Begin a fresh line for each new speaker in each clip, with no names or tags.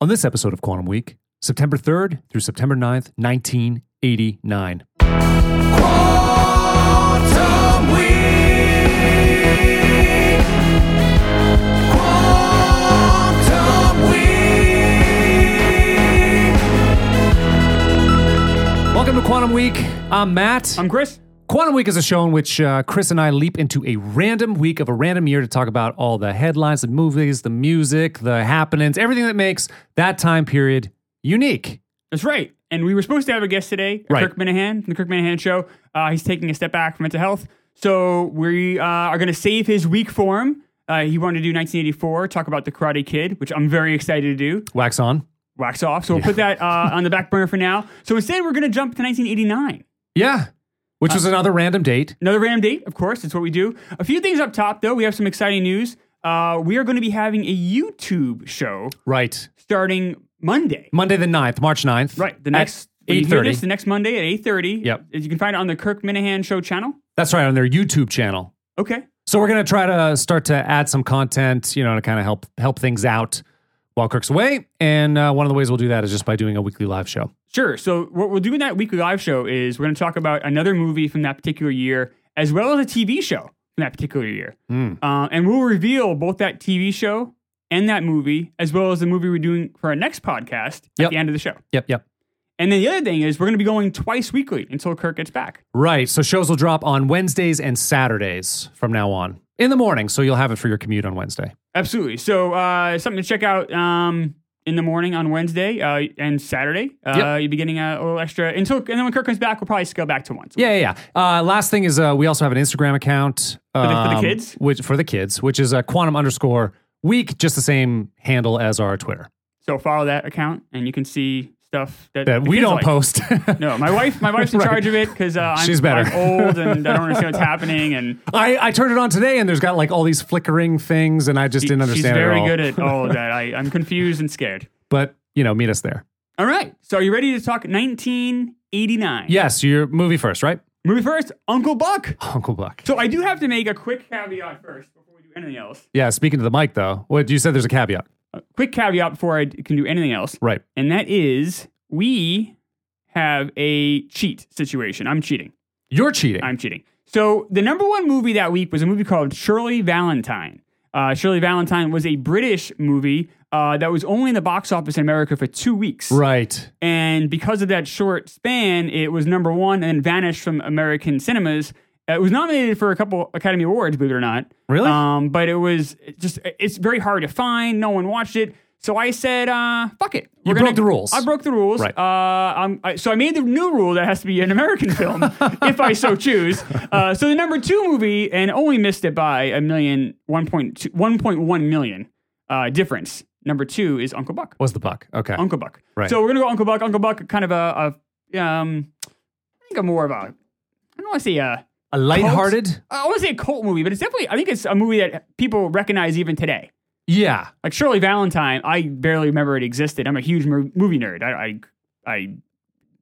On this episode of Quantum Week, September 3rd through September 9th, 1989.
Quantum Week. Quantum Week.
Welcome to Quantum Week. I'm Matt.
I'm Chris.
Quantum Week is a show in which uh, Chris and I leap into a random week of a random year to talk about all the headlines, the movies, the music, the happenings, everything that makes that time period unique.
That's right. And we were supposed to have a guest today,
Right.
Kirk Minahan from the Kirk Minahan Show. Uh, he's taking a step back from mental health. So we uh, are going to save his week for him. Uh, he wanted to do 1984, talk about The Karate Kid, which I'm very excited to do.
Wax on.
Wax off. So we'll put that uh, on the back burner for now. So instead, we're going to jump to 1989.
Yeah. Which
Uh,
was another random date.
Another random date, of course. That's what we do. A few things up top, though. We have some exciting news. Uh, we are going to be having a YouTube show
Right.
starting Monday.
Monday the 9th, March 9th.
Right. The
At
next when you hear
8:30.
this, The next Monday at eight thirty.
Yep.
You can find it on the Kirk Minahan Show channel.
That's right, on their YouTube channel.
Okay.
So we're gonna try to start to add some content, you know, to kind of help help things out while Kirk's away. And uh, one of the ways we'll do that is just by doing a weekly live show.
Sure. So what we'll do in that weekly live show is we're going to talk about another movie from that particular year, as well as a TV show from that particular year,
Hmm.
Uh, and we'll reveal both that TV show and that movie, as well as the movie we're doing for our next podcast
Yep.
at the end of the show.
Yep, yep.
And then the other thing is we're going to be going twice weekly until Kirk gets back.
Right. So shows will drop on Wednesdays and Saturdays from now on in the morning. So you'll have it for your commute on Wednesday.
Absolutely. So uh, something to check out um, in the morning on Wednesday uh, and Saturday. Uh,
Yep.
You'll be getting a little extra until, and then when Kirk comes back, we'll probably scale back to once.
Yeah, yeah. yeah. Uh, last thing is uh, we also have an Instagram account
the- for the
um,
kids?
which for the kids, which is uh, quantum underscore week, just the same handle as our Twitter
So follow that account, and you can see stuff that,
that
the
we
kids
don't
like.
post.
No, my wife, my wife's in
Right.
charge of it because uh, I'm,
She's better.
I'm old and I don't understand what's happening. And
I, I turned it on today and there's got like all these flickering things and I just didn't
she's
understand it
very
all.
good at all of that. I, I'm confused and scared.
but you know, meet us there.
All right, so are you ready to talk 1989?
Yes, your movie first, right?
Movie first, Uncle Buck.
Uncle Buck.
So I do have to make a quick caveat first before we do anything else.
Yeah, speaking to the mic though. What you said there's a caveat.
quick caveat before I d- can do anything else,
Right.
and that is we have a cheat situation. I'm cheating.
You're cheating.
I'm cheating. So the number one movie that week was a movie called Shirley Valentine. Uh, Shirley Valentine was a British movie uh, that was only in the box office in America for two weeks,
right.
and because of that short span, it was number one and vanished from American cinemas. Uh, It was nominated for a couple Academy Awards, believe it or not.
Really?
Um, but it was just, it's very hard to find. No one watched it. So I said, uh, fuck it.
You
We're gonna-
broke the rules.
I broke the rules.
Right.
Uh, I'm, I, so I made the new rule that has to be an American film, if I so choose. Uh, so the number two movie, and only missed it by a million, 1.2 1.1 million uh, difference. Number two is Uncle Buck.
Was the buck. Okay.
Uncle Buck.
Right.
So we're gonna go Uncle Buck. Uncle Buck, kind of a, a um, I think a more of a, I don't want to say a,
a lighthearted?
I want to say a cult movie, but it's definitely, I think it's a movie that people recognize even today.
Yeah.
Like Shirley Valentine, I barely remember it existed. I'm a huge mo- movie nerd. I, I, I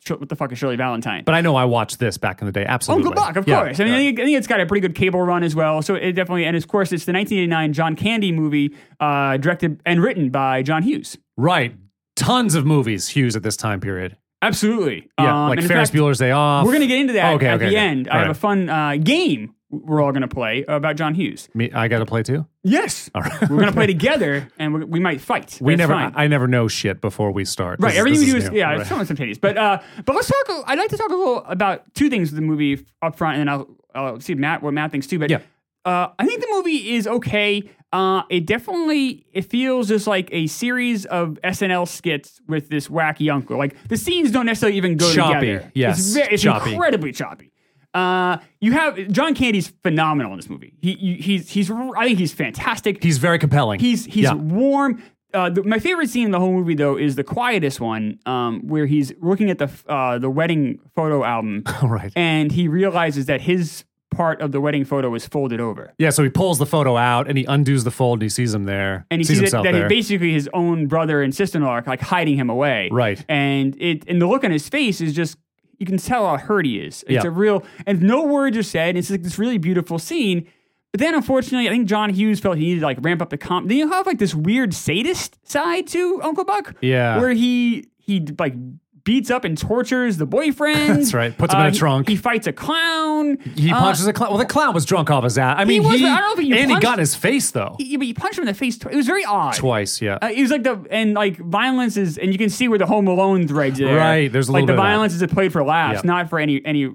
Sh- what the fuck is Shirley Valentine?
But I know I watched this back in the day. Absolutely.
Uncle Buck, of
Yeah,
course. I mean,
yeah.
I, think, I think it's got a pretty good cable run as well. So it definitely, and of course, it's the 1989 John Candy movie, uh, directed and written by John Hughes.
right. Tons of movies Hughes at this time period.
Absolutely.
Yeah,
Um,
like
and in
Ferris
fact-
Bueller's Day Off.
We're going to get into that
Oh, Okay,
at
okay, okay.
the end.
All
I have
right.
a fun uh, game we're all going to play about John Hughes.
Me, I got to play too.
Yes.
All right.
we're going to play together and we we might fight.
We
That's
never.
fine.
I never know shit before we start.
Right,
This
everything we
this
do is,
new.
yeah,
Right.
it's somewhat spontaneous. But uh, but let's talk. a- I'd like to talk a little about two things of the movie f- up front, and then I'll, I'll see Matt what Matt thinks too. But
Yeah.
uh, I think the movie is okay. Uh, it definitely it feels just like a series of SNL skits with this wacky uncle. Like the scenes don't necessarily even go
Choppy,
together.
yes,
it's, ve- it's
choppy.
incredibly choppy. Uh, you have John Candy's phenomenal in this movie. He, you, he's he's r- I think he's fantastic.
He's very compelling.
He's he's
Yeah.
warm. Uh, the, my favorite scene in the whole movie, though, is the quietest one, um, where he's looking at the f- uh, the wedding photo album,
all right.
and he realizes that his part of the wedding photo was folded over,
Yeah, so he pulls the photo out and he undoes the fold and he sees him there.
and he
sees
sees that,
himself
that he
there.
basically his own brother and sister in law are like hiding him away,
Right.
And it and the look on his face is just you can tell how hurt he is. It's
Yeah.
a real and no words are said. It's like this really beautiful scene. But then, unfortunately, I think John Hughes felt he needed to like ramp up the comp. Then you have like this weird sadist side to Uncle Buck,
Yeah.
where he he like beats up and tortures the boyfriend.
That's right. Puts him in a
he-
trunk.
He, fights a clown.
He
Uh,
punches a clown. Well, the clown was drunk off his ass. I mean, he,
was, but I don't think he
and he
punched-
got in his face though
he- but he punched him in the face. Tw- it was very odd.
twice. Yeah,
Uh, it was like the and like violence is and you can see where the Home Alone threads there.
Right, there's a
like
little
the
bit of that.
violence is played for laughs,
Yep.
not for any any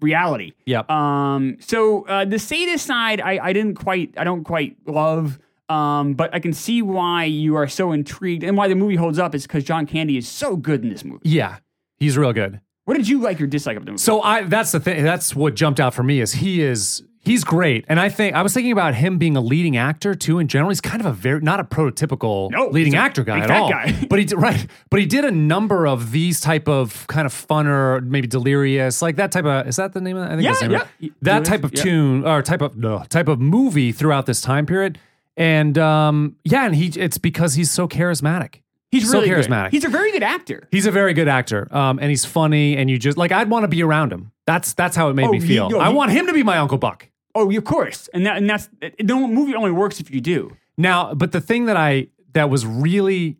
reality.
Yep.
Um. So uh, the sadist side, I I didn't quite I don't quite love. Um. But I can see why you are so intrigued and why the movie holds up is because John Candy is so good in this movie.
yeah, he's real good.
What did you like or dislike of the movie?
So I that's the thing. That's what jumped out for me is he is he's great, and I think I was thinking about him being a leading actor too. In general, he's kind of a very not a prototypical
No,
leading
he's a
actor guy
big
at
fat
all.
guy.
But he did right, but he did a number of these type of kind of funner, maybe delirious, like that type of is that the name of that? I think
Yeah,
that's the name of
yeah.
it. that type of
Yeah.
tune or type of no type of movie throughout this time period. And um, yeah, and he it's because he's so charismatic.
he's
so
really good.
charismatic.
He's a very good actor.
He's a very good actor, um, and he's funny, and you just like I'd want to be around him. That's that's how it made
Oh,
me
he-
feel.
yo,
I
he-
want him to be my Uncle Buck.
Oh, of course. And that and that's the movie only works if you do.
Now, but the thing that I that was really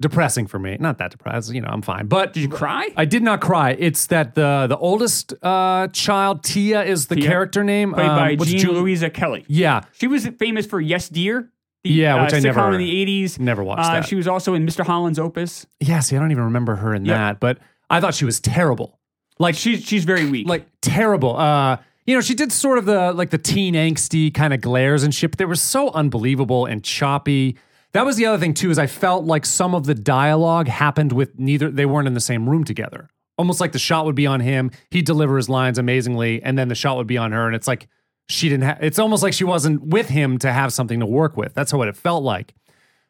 depressing for me, not that depressing, you know, I'm fine, but
Did you cry?
I did not cry. It's that the the oldest uh, child, Tia, is the
Tia,
character name
Played
um,
by
what's
Jean
Ju-
Louisa Kelly.
Yeah,
She was famous for Yes Dear. The,
Yeah, which
uh,
I never-
sitcom in the eighties. Uh,
never watched that.
She was also in Mr. Holland's Opus.
yeah. See, I don't even remember her in
Yeah.
that, but I thought she was terrible. Like
She's she's very weak.
like terrible. Uh, you know, she did sort of the like the teen angsty kind of glares and shit. But they were so unbelievable and choppy. That was the other thing too. Is I felt like some of the dialogue happened with neither. They weren't in the same room together. Almost like the shot would be on him. He'd deliver his lines amazingly, and then the shot would be on her. And it's like she didn't. Ha- it's almost like she wasn't with him to have something to work with. That's how it felt like.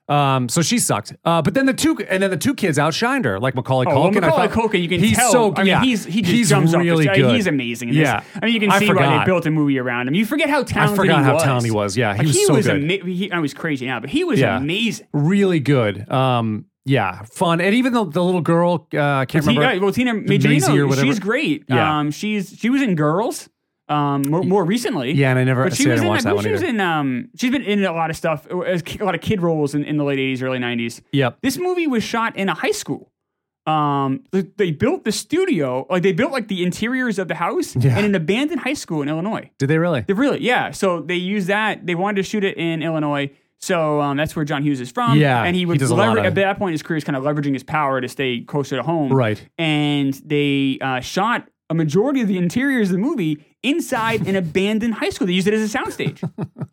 Um, so she sucked. Uh, but then the two and then the two kids outshined her, like Macaulay
Oh, well,
Culkin. I
Macaulay
felt-
Culkin, you can
he's
tell.
So,
I mean,
yeah,
he's he just
he's
jumps
really
off. the-
good.
He's amazing. In this.
Yeah,
I mean, you can
I
see why
forgot.
they built a movie around him. You forget how talented
forgot
he
how
was.
talented he was. Yeah, he
Like,
was so good.
ama- he, I was crazy now, but he was
Yeah.
amazing.
really good. Um, yeah, fun, and even the, the little girl. Uh, I can't
Tina,
remember.
well, Tina
Maisie or
Majorino,
whatever.
she's great.
Yeah.
Um, she's she was in Girls. Um, more, more recently.
Yeah, and I never-
But she
see, I
was
didn't
in.
watch
I
that
believe
one
she was
either.
in. Um, she's been in a lot of stuff, uh, a lot of kid roles in, in the late '80s, early '90s.
Yep.
This movie was shot in a high school. Um, they, they built the studio, like they built like the interiors of the house
Yeah.
in an abandoned high school in Illinois.
Did they really?
They really, yeah. So they used that. They wanted to shoot it in Illinois. So um, that's where John Hughes is from.
Yeah,
and
he
he was
does a lot
lever-
of-
at that point in his career is kind of leveraging his power to stay closer to home.
Right.
And they uh, shot a majority of the interiors of the movie inside an abandoned high school. They used it as a soundstage,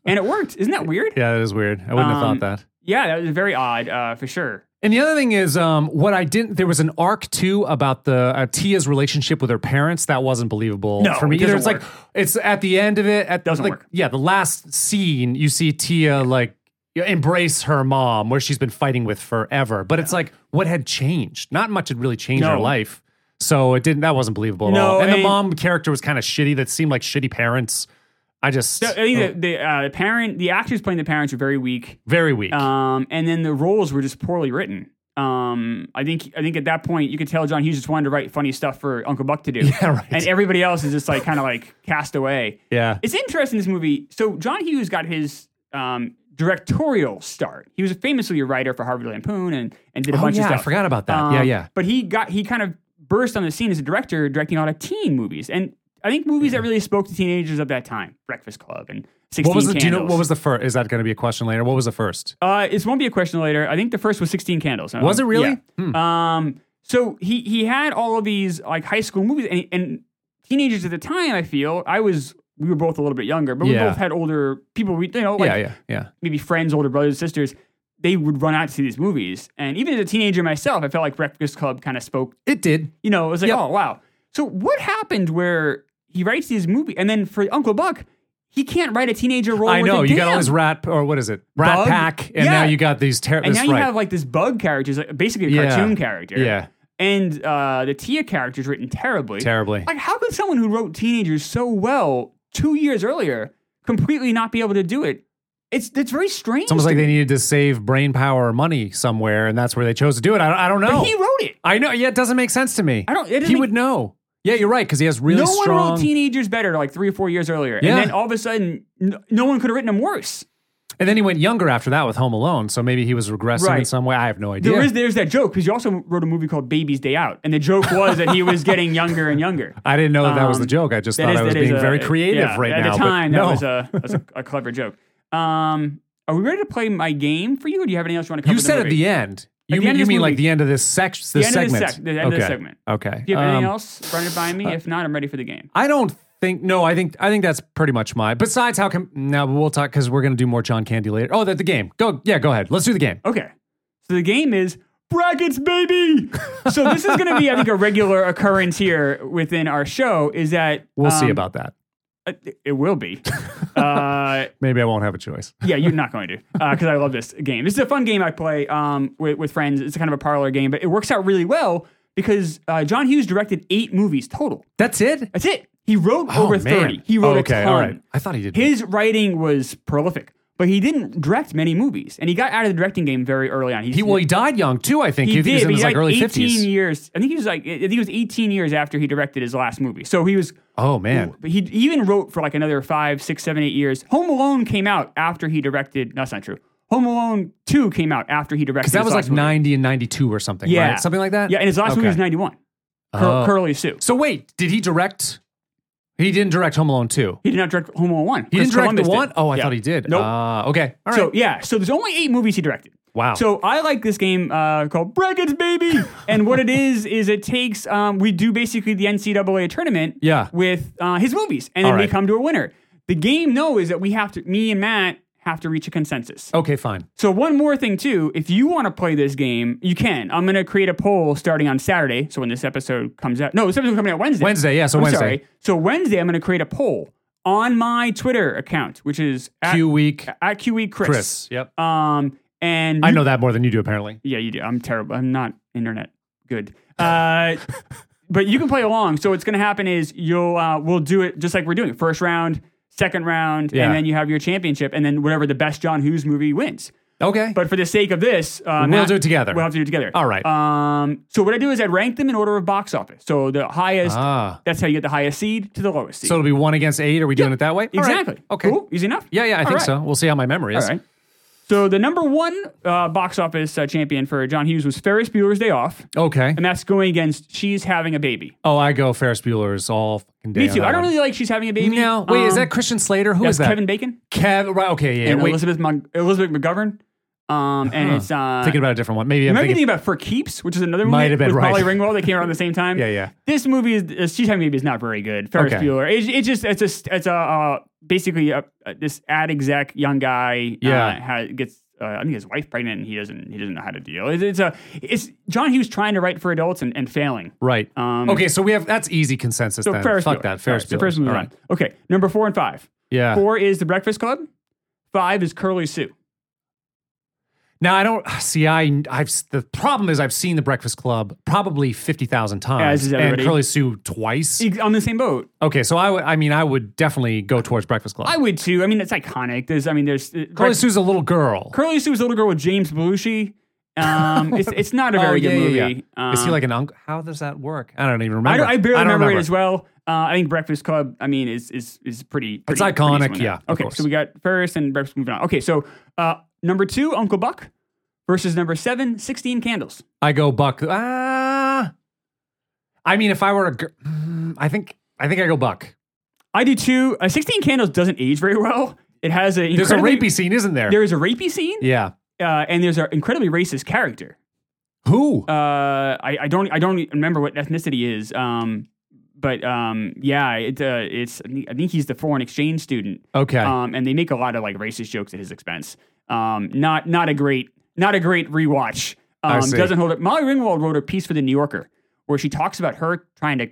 and it worked. Isn't that weird?
Yeah, that is weird. I wouldn't have
Um,
thought that.
Yeah, that was very odd uh, for sure.
And the other thing is, um, what I didn't. There was an arc too about the uh, Tia's relationship with her parents that wasn't believable
No,
for me
it
either.
doesn't
It's like it's at the end of it. At
Doesn't
like,
work.
Yeah, the last scene you see Tia like embrace her mom, where she's been fighting with forever. But it's like what had changed? Not much had really changed her
No.
life. So it didn't. That wasn't believable at
No,
all. And the
and-
mom character was kind of shitty. That seemed like shitty parents. I just Oh,
I think the, the uh, parent, the actors playing the parents were very weak.
very weak.
Um, and then the roles were just poorly written. Um, I think I think at that point you could tell John Hughes just wanted to write funny stuff for Uncle Buck to do.
Yeah, right.
And everybody else is just like kind of like cast away.
yeah.
It's interesting this movie. So John Hughes got his um, directorial start. He was famously a writer for Harvard Lampoon and and did a
Oh,
bunch
yeah,
of
I
stuff. Um,
forgot about that. Yeah, yeah.
But he got he kind of burst on the scene as a director, directing a lot of teen movies and. I think movies that really spoke to teenagers of that time, Breakfast Club and Sixteen
What was the? Do you know
Candles.
what was the first? Is that going to be a question later? What was the first?
Uh, it won't be a question later. I think the first was 16 Candles. Um,
Was it really?
yeah. Um, so he he had all of these like high school movies and, and teenagers at the time. I feel I was we were both a little bit younger, but
Yeah.
we both had older people. We you know like
yeah, yeah, yeah.
maybe friends, older brothers, sisters. They would run out to see these movies, and even as a teenager myself, I felt like Breakfast Club kind of spoke.
It did.
You know, it was like
Yep.
oh wow. So what happened where he writes these movies, and then for Uncle Buck, he can't write a teenager role.
I
with
know
a
you got all
damn
this rat or what is it? Rat
Bug?
pack, and now
Yeah.
you got these. Ter-
And
this,
now you
right.
have like this bug character, is like basically a
Yeah.
cartoon character.
Yeah.
And uh, the Tia character is written terribly.
terribly.
Like, how could someone who wrote Teenagers so well two years earlier completely not be able to do it? It's that's very strange.
It's almost like
to
they
me.
needed to save brain power or money somewhere, and that's where they chose to do it. I don't, I don't know.
But he wrote it.
I know. Yeah, it doesn't make sense to me.
I don't- it doesn't
He
make-
would know. Yeah, you're right because he has really
no one
strong.
wrote teenagers better like three or four years earlier,
Yeah.
and then all of a sudden, n- no one could have written them worse.
and then he went younger after that with Home Alone, so maybe he was regressing in
Right.
some way. I have no idea.
There is there's that joke because you also wrote a movie called Baby's Day Out, and the joke was that he was getting younger and younger.
I didn't know that, that was
Um,
the joke. I just
That
thought
is-
I was
that is
being
a-
very creative
yeah,
right
at
now.
the
but
time,
no.
that was a, that's a, a clever joke. Um, are we ready to play my game for you, or do you have anything else you want to cover?
you said
the
at
movie?
the end.
At
You
the
mean,
end of
you
this
mean
movie.
like the end of this section? This
end of this
segment.
sec- the end of this
okay.
segment.
Okay.
Do you have uh, anything
Um, uh,
else running by me? if not, I'm ready for the game.
I don't think. No, I think I think that's pretty much my. Besides, how come? No, but we'll talk because we're gonna do more John Candy later. Oh, that the game. Go. Yeah, go ahead. Let's do the game.
Okay. So the game is brackets, baby. so this is going to be, I think, a regular occurrence here within our show. Is that
We'll see
um,
about that.
uh, It will be. uh,
Maybe I won't have a choice.
yeah, you're not going to because I love this game. This is a fun game I play um, with, with friends. It's kind of a parlor game, but it works out really well because uh, John Hughes directed eight movies total.
That's it.
That's it. He wrote
Oh,
over
man.
30. He wrote
Oh,
a
okay.
ton.
All right. I thought he did.
His writing was prolific, but he didn't direct many movies, and he got out of the directing game very early on. He's,
He well, he died young too. I think
he
You
did.
think he was in
but
his
he
like
died
early
18
fifties.
years. I think he was like I think he was 18 years after he directed his last movie. So he was.
Oh man,
But he he even wrote for like another five, six, seven, eight years. Home Alone came out after he directed. No, that's not true. Home Alone Two came out after he directed.
because that
his
was
last
like
movie.
ninety and ninety two or something.
yeah,
right? something like that.
Yeah, and his last
Okay.
movie was 91. Cur-
Oh.
Curly Sue.
So wait, did he direct? He didn't direct Home Alone two.
He did not direct Home Alone One.
He didn't
Chris
direct
Columbus
the one.
Did.
Oh, I
Yeah.
thought he did.
Nope.
Ah, okay. All right.
So yeah, so there's only eight movies he directed.
Wow.
So I like this game uh, called Brackets Baby, and what it is is it takes um, we do basically the NCAA tournament
Yeah.
with uh, his movies, and then
All
we
right.
come to a winner. The game though is that we have to me and Matt have to reach a consensus.
okay, fine.
So one more thing too, if you want to play this game, you can. I'm gonna create a poll starting on Saturday. So when this episode comes out, no, this episode coming out Wednesday.
Wednesday, yeah, so
I'm
Wednesday.
Sorry. So Wednesday, I'm gonna create a poll on my Twitter account, which is at,
Q week.
at QE Chris.
Chris. Yep.
Um, and
I
you-
know that more than you do. Apparently.
Yeah, you do. I'm terrible. I'm not internet good. Uh, but you can play along. So what's going to happen is you'll uh, we'll do it just like we're doing first round, second round,
Yeah.
and then you have your championship, and then whatever the best John Hughes movie wins.
Okay.
But for the sake of this, uh,
We'll
Matt-
do it together.
We'll have to do it together.
All right.
Um, so what I do is I rank them in order of box office. So the highest.
ah.
That's how you get the highest seed to the lowest seed.
So it'll be one against eight. Are we doing it that way? All right.
exactly.
Okay.
Cool. Easy enough.
Yeah, yeah. I
All
think
right.
so. We'll see how my memory is.
All right. So the number one uh, box office uh, champion for John Hughes was Ferris Bueller's Day Off,
Okay.
and that's going against She's Having a Baby.
Oh, I go Ferris Bueller's all fucking day.
Me
on
too.
that
I don't
one.
really like She's Having a Baby.
No. Wait, is
Um,
that Christian Slater? Who
that's
is that?
Kevin Bacon
Kev. Right. Okay. Yeah.
and
wait.
Elizabeth Mon- Elizabeth McGovern? Um, and it's uh,
thinking about a different one. Maybe I'm
remember
thinking.
thinking about For Keeps, which is another movie
Might have been
with
right.
Molly Ringwald that came out at the same time.
Yeah, yeah.
This movie is uh, She's Having a Baby is not very good. Ferris
Okay.
Bueller. It's it's just it's just it's a uh, basically a, a- this ad exec young guy.
Yeah.
uh, ha- gets. Uh, I think his wife pregnant, and he doesn't. He doesn't know how to deal. It's, it's a. It's John Hughes trying to write for adults and, and failing.
Right.
Um,
okay. So we have that's easy consensus.
So
then.
Ferris
Fuck
Bueller.
that. Ferris
All right, so
Bueller.
Ferris Bueller.
All right. Ah.
Okay, number four and five.
Yeah.
Four is The Breakfast Club. Five is Curly Sue.
Now I don't see. I I've the problem is I've seen The Breakfast Club probably fifty thousand
As
times,
is
and
everybody.
Curly Sue twice.
Ex- On the same boat.
Okay, so I would. I mean, I would definitely go towards Breakfast Club.
I would too. I mean, it's iconic. There's. I mean, there's. uh,
Curly Sue's a little girl.
Curly Sue was a little girl with James Belushi. Um, it's, it's not a very
Oh, yeah,
good movie.
yeah, yeah. is he
Um,
like an uncle? How does that work? I don't even
I,
remember.
don't, I barely
don't
remember, it as well. Uh, I think Breakfast Club. I mean, is is is pretty. pretty
It's iconic,
pretty similar.
yeah, of
Okay,
course.
so we got Ferris and Breakfast. Moving on. Okay, so uh, number two, Uncle Buck, versus number seven, 16 Candles.
I go Buck. Ah. I mean, if I were a girl, I think I think I go Buck.
I do too. Uh, 16 Candles doesn't age very well. It has a
There's a
incredibly-
rapey scene, isn't there?
There is a rapey scene,
yeah.
uh, and there's an incredibly racist character.
Who?
Uh, I, I don't I don't remember what ethnicity is. Um, but um, yeah, it, uh, it's I think he's the foreign exchange student.
okay.
Um, and they make a lot of like racist jokes at his expense. Um, not not a great not a great rewatch.
I
Um,
see.
doesn't hold up. Molly Ringwald wrote a piece for the New Yorker where she talks about her trying to
I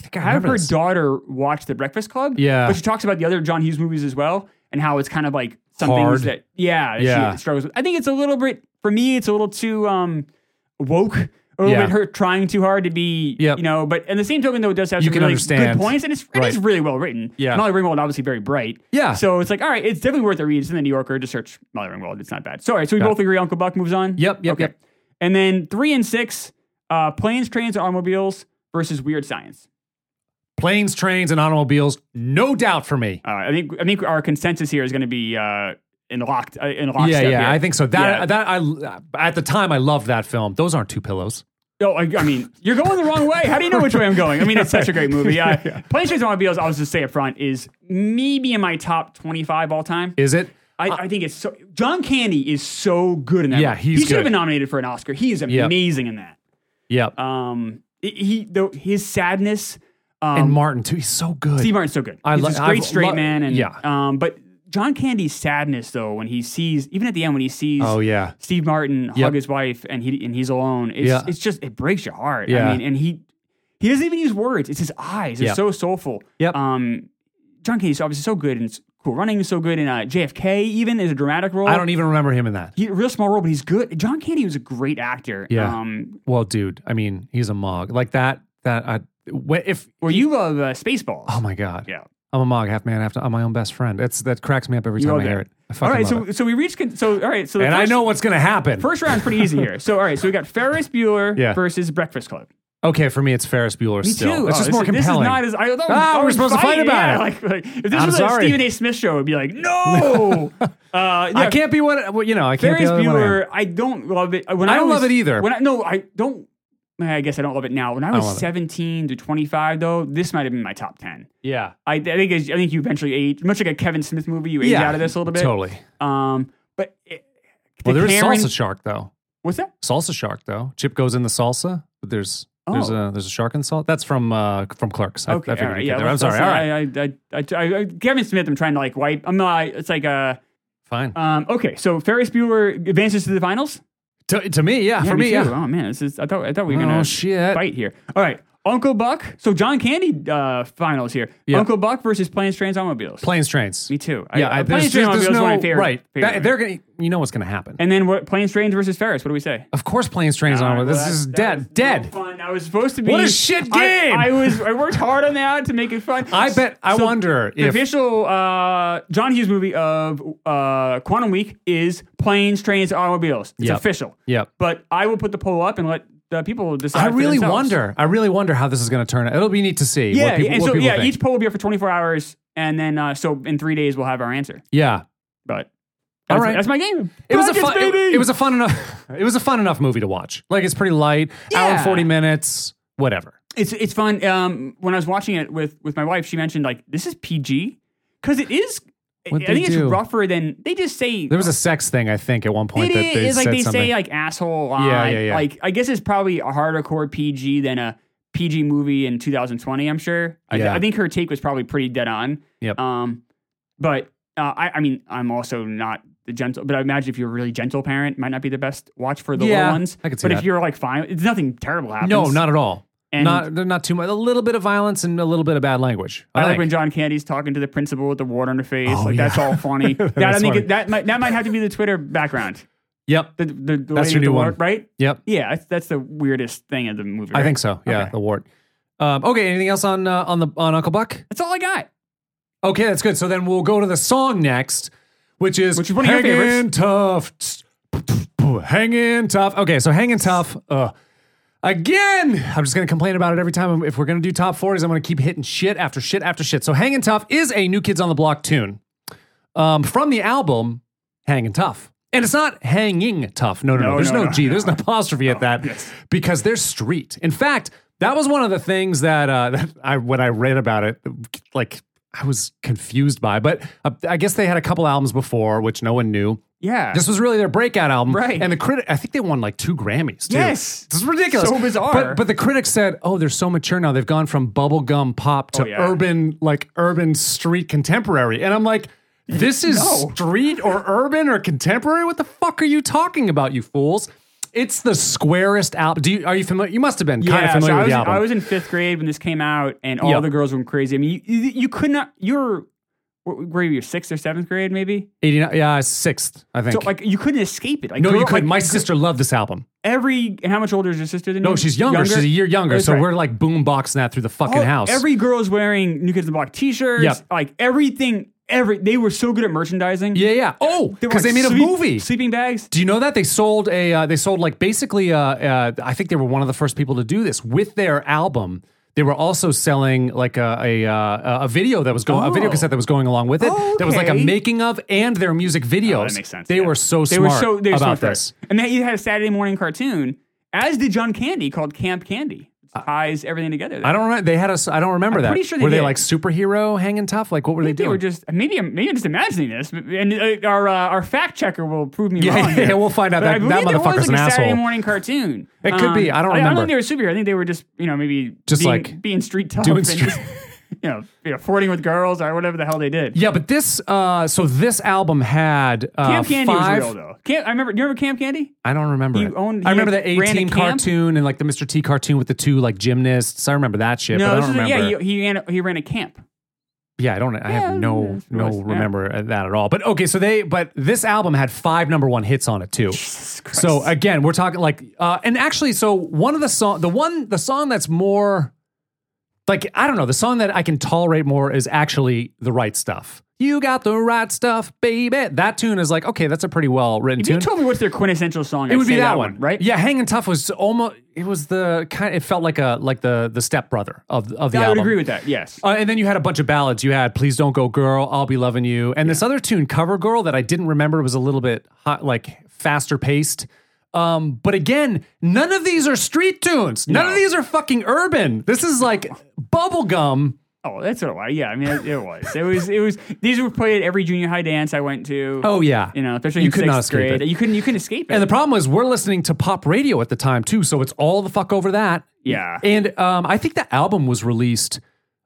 think I
have
remember
her
this.
daughter watch The Breakfast Club.
Yeah.
But she talks about the other John Hughes movies as well and how it's kind of like some things
Hard.
that, yeah, that
Yeah.
she struggles with. I think it's a little bit, for me, it's a little too um, woke. A little
Yeah.
bit her trying too hard to be,
Yep.
you know, but in the same token, though, it does have
You
some
can
really
understand.
good points, and it's it is
Right.
really well written.
Yeah.
Molly Ringwald obviously very bright.
Yeah.
so it's like all right, it's definitely worth a read. It's in the New Yorker. Just search Molly Ringwald. It's not bad. Sorry, so we both agree. Uncle Buck moves on.
Yep, yep, yep.
And then three and six, uh, planes, trains, and automobiles versus Weird Science.
Planes, trains, and automobiles, no doubt for me.
Uh, I think I think our consensus here is going to be uh, in locked uh, in lockstep.
yeah, yeah,
here.
I think so. That
Yeah.
that I at the time I loved that film. Those aren't two pillows.
No, I, I mean, you're going the wrong way. How do you know which way I'm going? I mean, it's such a great movie. Uh, Planes, Trains, and Automobiles, I'll just say up front, is maybe in my top 25 all time.
Is it?
I, I think it's so. John Candy is so good in that.
Yeah,
movie.
he's
he should
good.
have been nominated for an Oscar. He is amazing in that.
Yep.
Um, he- he though his sadness. Um,
and Martin too. He's so good.
Steve Martin's so good.
I
He's
lo-
this great
I've
straight
lo-
man, and
yeah.
Um, but John Candy's sadness though, when he sees, even at the end, when he sees,
Oh, yeah.
Steve Martin
Yep.
hug his wife, and he and he's alone. It's
Yeah.
it's just it breaks your heart.
Yeah.
I mean, and he he doesn't even use words. It's his eyes. It's
Yeah.
so soulful.
Yep.
Um, John Candy's obviously so good, and it's cool running is so good, and uh, JFK even is a dramatic role.
I don't even remember him in that.
He, a real small role, but he's good. John Candy was a great actor.
Yeah.
Um,
Well, dude, I mean, he's a mog like that. That I wh- if
well, you love uh, Spaceballs.
oh my god,
yeah.
I'm a mog, half man, half. I'm my own best friend. That's that cracks me up every time
love
I hear
that.
it. I fucking
All right,
love
so
it.
so we reached. Con- so all right, so the
And I
first-
know what's gonna happen.
First round's pretty easy here. So, all right, so we got Ferris Bueller
Yeah.
versus Breakfast Club.
okay, for me, it's Ferris Bueller.
Me
still,
too.
it's
Oh,
just
this
more
is-
compelling.
This is not as I thought.
Ah,
I
we're
was
supposed to fight about
yeah,
it.
Like, like, if this
I'm
was
sorry.
a Stephen A. Smith show, it'd be like, no. uh, yeah,
I can't be what what- you know. I can't
Ferris
be the other one I am.
Bueller. I don't love it. When
I
I,
don't
was-
love it either.
When I no, I don't. eh, I guess I don't love it now. When I was
love it.
17 to 25, though, this might have been my top 10.
Yeah,
I, I think I think you eventually age, much like a Kevin Smith movie, you age
yeah,
out of this a little bit.
Totally.
Um, but it,
Well,
the
there is
Karen-
Salsa Shark though.
What's that?
Salsa Shark though. Chip goes in the salsa, but there's there's
Oh.
a there's a shark in salt. That's from uh from Clerks. I,
Okay,
I figured
all right,
you'd get
yeah.
there. I'm
let's-
sorry.
let's-
All right,
I, I, I, I, I, Kevin Smith, I'm trying to like wipe. I'm not. It's like uh
fine.
um, okay. So Ferris Bueller advances to the finals.
to, to me, yeah, for me,
too.
yeah.
Oh man, this is. I thought I thought we were
Oh
gonna
shit.
fight here. All right, Uncle Buck. So John Candy uh, finals here.
Yeah.
Uncle Buck versus Planes, Trains, Automobiles.
Planes, trains.
Me too.
Yeah, I,
I,
there's, there's,
Planes, Trains, Automobiles
there's
is
no
one of my favorite.
right.
favorite
That- they're gonna, you know what's gonna happen.
and then what? Planes, Trains versus Ferris. What do we say?
of course, planes, trains, and
All right,
automobiles.
well,
Oh, This
that-
is
that was
dead,
no
dead.
fun. I was supposed to be.
What a shit
I-
game!
I, was. I worked hard on that to make it fun.
I bet- I wonder
the
if-
official uh, John Hughes movie of uh, Quantum Week is Planes, Trains, Automobiles. It's
Yep.
official.
Yep.
But I will put the poll up and let the people decide.
I
for
really
themselves.
wonder. I really wonder how this is gonna turn out. It'll be neat to see.
Yeah,
what people,
and
what
so
people
yeah,
think.
each poll will be up for 24 hours, and then uh, so in three days we'll have our answer.
yeah.
But
All
that's,
right.
that's my game.
It was a
Brackets,
fun. It,
baby!
it was a fun enough. It was a fun enough movie to watch. Like it's pretty light. Hour and
Yeah.
forty minutes. Whatever.
It's it's fun. Um, when I was watching it with with my wife, she mentioned like this is PG because it is.
What'd
I
they
think
do?
it's rougher than they just say.
There was a sex thing, I think, at one point
it
that they
is
said
like they
something.
say uh, like asshole. Line.
Yeah, yeah, yeah.
Like I guess it's probably a hardcore PG than a PG movie in 2020. I'm sure. I,
Yeah.
I think her take was probably pretty dead on.
Yep.
Um, but uh, I I mean I'm also not the gentle, but I imagine if you're a really gentle parent, it might not be the best watch for the
Yeah,
little ones.
I could see
but
that.
if you're like fine, it's nothing terrible happens.
no, not at all.
And-
not not too much. A little bit of violence and a little bit of bad language. I
I like
think.
when John Candy's talking to the principal with the water on her face.
Oh,
like that's
yeah.
all funny. that I
That's
think
funny.
it- that might that might have to be the Twitter background.
yep.
The the, the
That's
lady
your
with the
new
water-
one.
right?
Yep.
Yeah, that's, that's the weirdest thing of the movie.
I
right?
think so. Yeah,
Okay.
the wart. Um, okay. Anything else on uh, on the on Uncle Buck?
that's all I got.
Okay, that's good. So then we'll go to the song next, which is
Which is one of your
Hangin' tough. Hanging tough. Okay, so hanging tough. Uh, again, I'm just gonna complain about it every time. If we're gonna do top 40s, I'm gonna keep hitting shit after shit after shit. So hanging tough is a New Kids on the Block tune um, from the album Hanging Tough. And it's not hanging tough. No, no, no.
No,
There's no, Oh,
no, no,
G. There's an apostrophe at that because they're street. In fact, that was one of the things that, uh, that I when I read about it, like I was confused by. But uh, I guess they had a couple albums before, which no one knew.
Yeah,
This was really their breakout album,
Right.
And the critic, I think they won like two Grammys. Too.
Yes.
this is ridiculous,
So bizarre.
But, but the critics said, "Oh, they're so mature now. They've gone from bubblegum pop to
Oh, yeah.
urban, like urban street contemporary." And I'm like, "This is
No.
street or urban or contemporary? What the fuck are you talking about, you fools?" It's the squarest album. Do you are you familiar? You must have been kind of
yeah.
familiar
so I
with
was
the album.
I was in fifth grade when this came out, and all
Yeah.
the girls went crazy. I mean, you, you, you could not. You were where were you sixth or seventh grade maybe?
89, yeah, sixth, I think.
So like you couldn't escape it. Like
no,
girl-
you couldn't. My
Like,
sister loved this album.
every and how much older is your sister than you?
No, she's younger. She's a year younger.
That's
so
right.
we're like boomboxing that through the fucking
All-
house.
Every girl's wearing New Kids on the Block t-shirts.
Yep.
Like everything, every they were so good at merchandising.
yeah, yeah. Oh,
were,
because they
like,
made a
sleep-
movie.
Sleeping bags.
Do you know that they sold a? Uh, they sold like basically. Uh, uh, I think they were one of the first people to do this with their album. They were also selling like a a, uh, a video that was going a video
Oh.
cassette that was going along with it
Oh,
that was like a
okay.
making of and their music videos.
Oh, that makes sense.
They
yeah.
were so
They
smart
were so, they were
about
so fair.
this.
And then you had a Saturday morning cartoon, as did John Candy, called Camp Candy.
Uh,
It ties everything together. there.
I don't remember. They had us. I don't remember that.
pretty sure they
were they
did.
like superhero hanging tough? Like what were they
They
doing?
were just maybe I'm- maybe I'm just imagining this, and uh, our uh, our fact checker will prove me
Yeah,
wrong.
yeah,
here.
we'll find out
But
that-
I believe
that
there was,
motherfucker's
like,
an
a Saturday
asshole.
morning cartoon. Um,
It could be. I don't
I don't
remember.
think they were superhero. I think they were just you know maybe
Just,
being,
like,
being street tough
doing
and
street-
just, you know you know flirting with girls or whatever the hell they did.
yeah, but this. Uh, so this album had uh,
Camp Candy
five.
was real though. Camp, I remember. Do you remember Camp Candy?
I don't remember.
He
it.
owned-
I
he
remember
had-
the A
ran a
Team
camp?
cartoon and like the Mr. T cartoon with the two like gymnasts. I remember that shit. but I
this
don't
was a-
remember.
yeah, he, he ran a, he ran a camp.
Yeah, I don't. I
Yeah,
have no
it's
no
nice, yeah.
remember uh, that at all. But okay, so they but this album had five number one hits on it too. So again, we're talking like uh, and actually, so one of the song, the one the song that's more like I don't know, the song that I can tolerate more is actually the right stuff. You got the right stuff, baby. That tune is like okay, that's a pretty well written
If you
tune.
told me what's their quintessential song,
It
I'd
would be
say
that, one,
right?
Yeah, Hanging Tough was almost. It was the kind. It felt like a like the the step brother of of the
I would
album.
agree with that. Yes.
Uh, and then you had a bunch of ballads. You had "Please Don't Go Girl," "I'll Be Loving You," and this other tune, "Cover Girl," that I didn't remember was a little bit hot, like faster paced. Um, but again, none of these are street tunes. None of
No.
these are fucking urban. This is like bubblegum.
Oh, that's what it was. Yeah, I mean, it, it was. It was. It was. These were played at every junior high dance I went to.
Oh yeah,
you know, especially
you
in
could
sixth
not escape
grade.
it.
You couldn't. You couldn't escape it.
And the problem is, we're listening to pop radio at the time too, so it's all the fuck over that.
Yeah.
and um, I think the album was released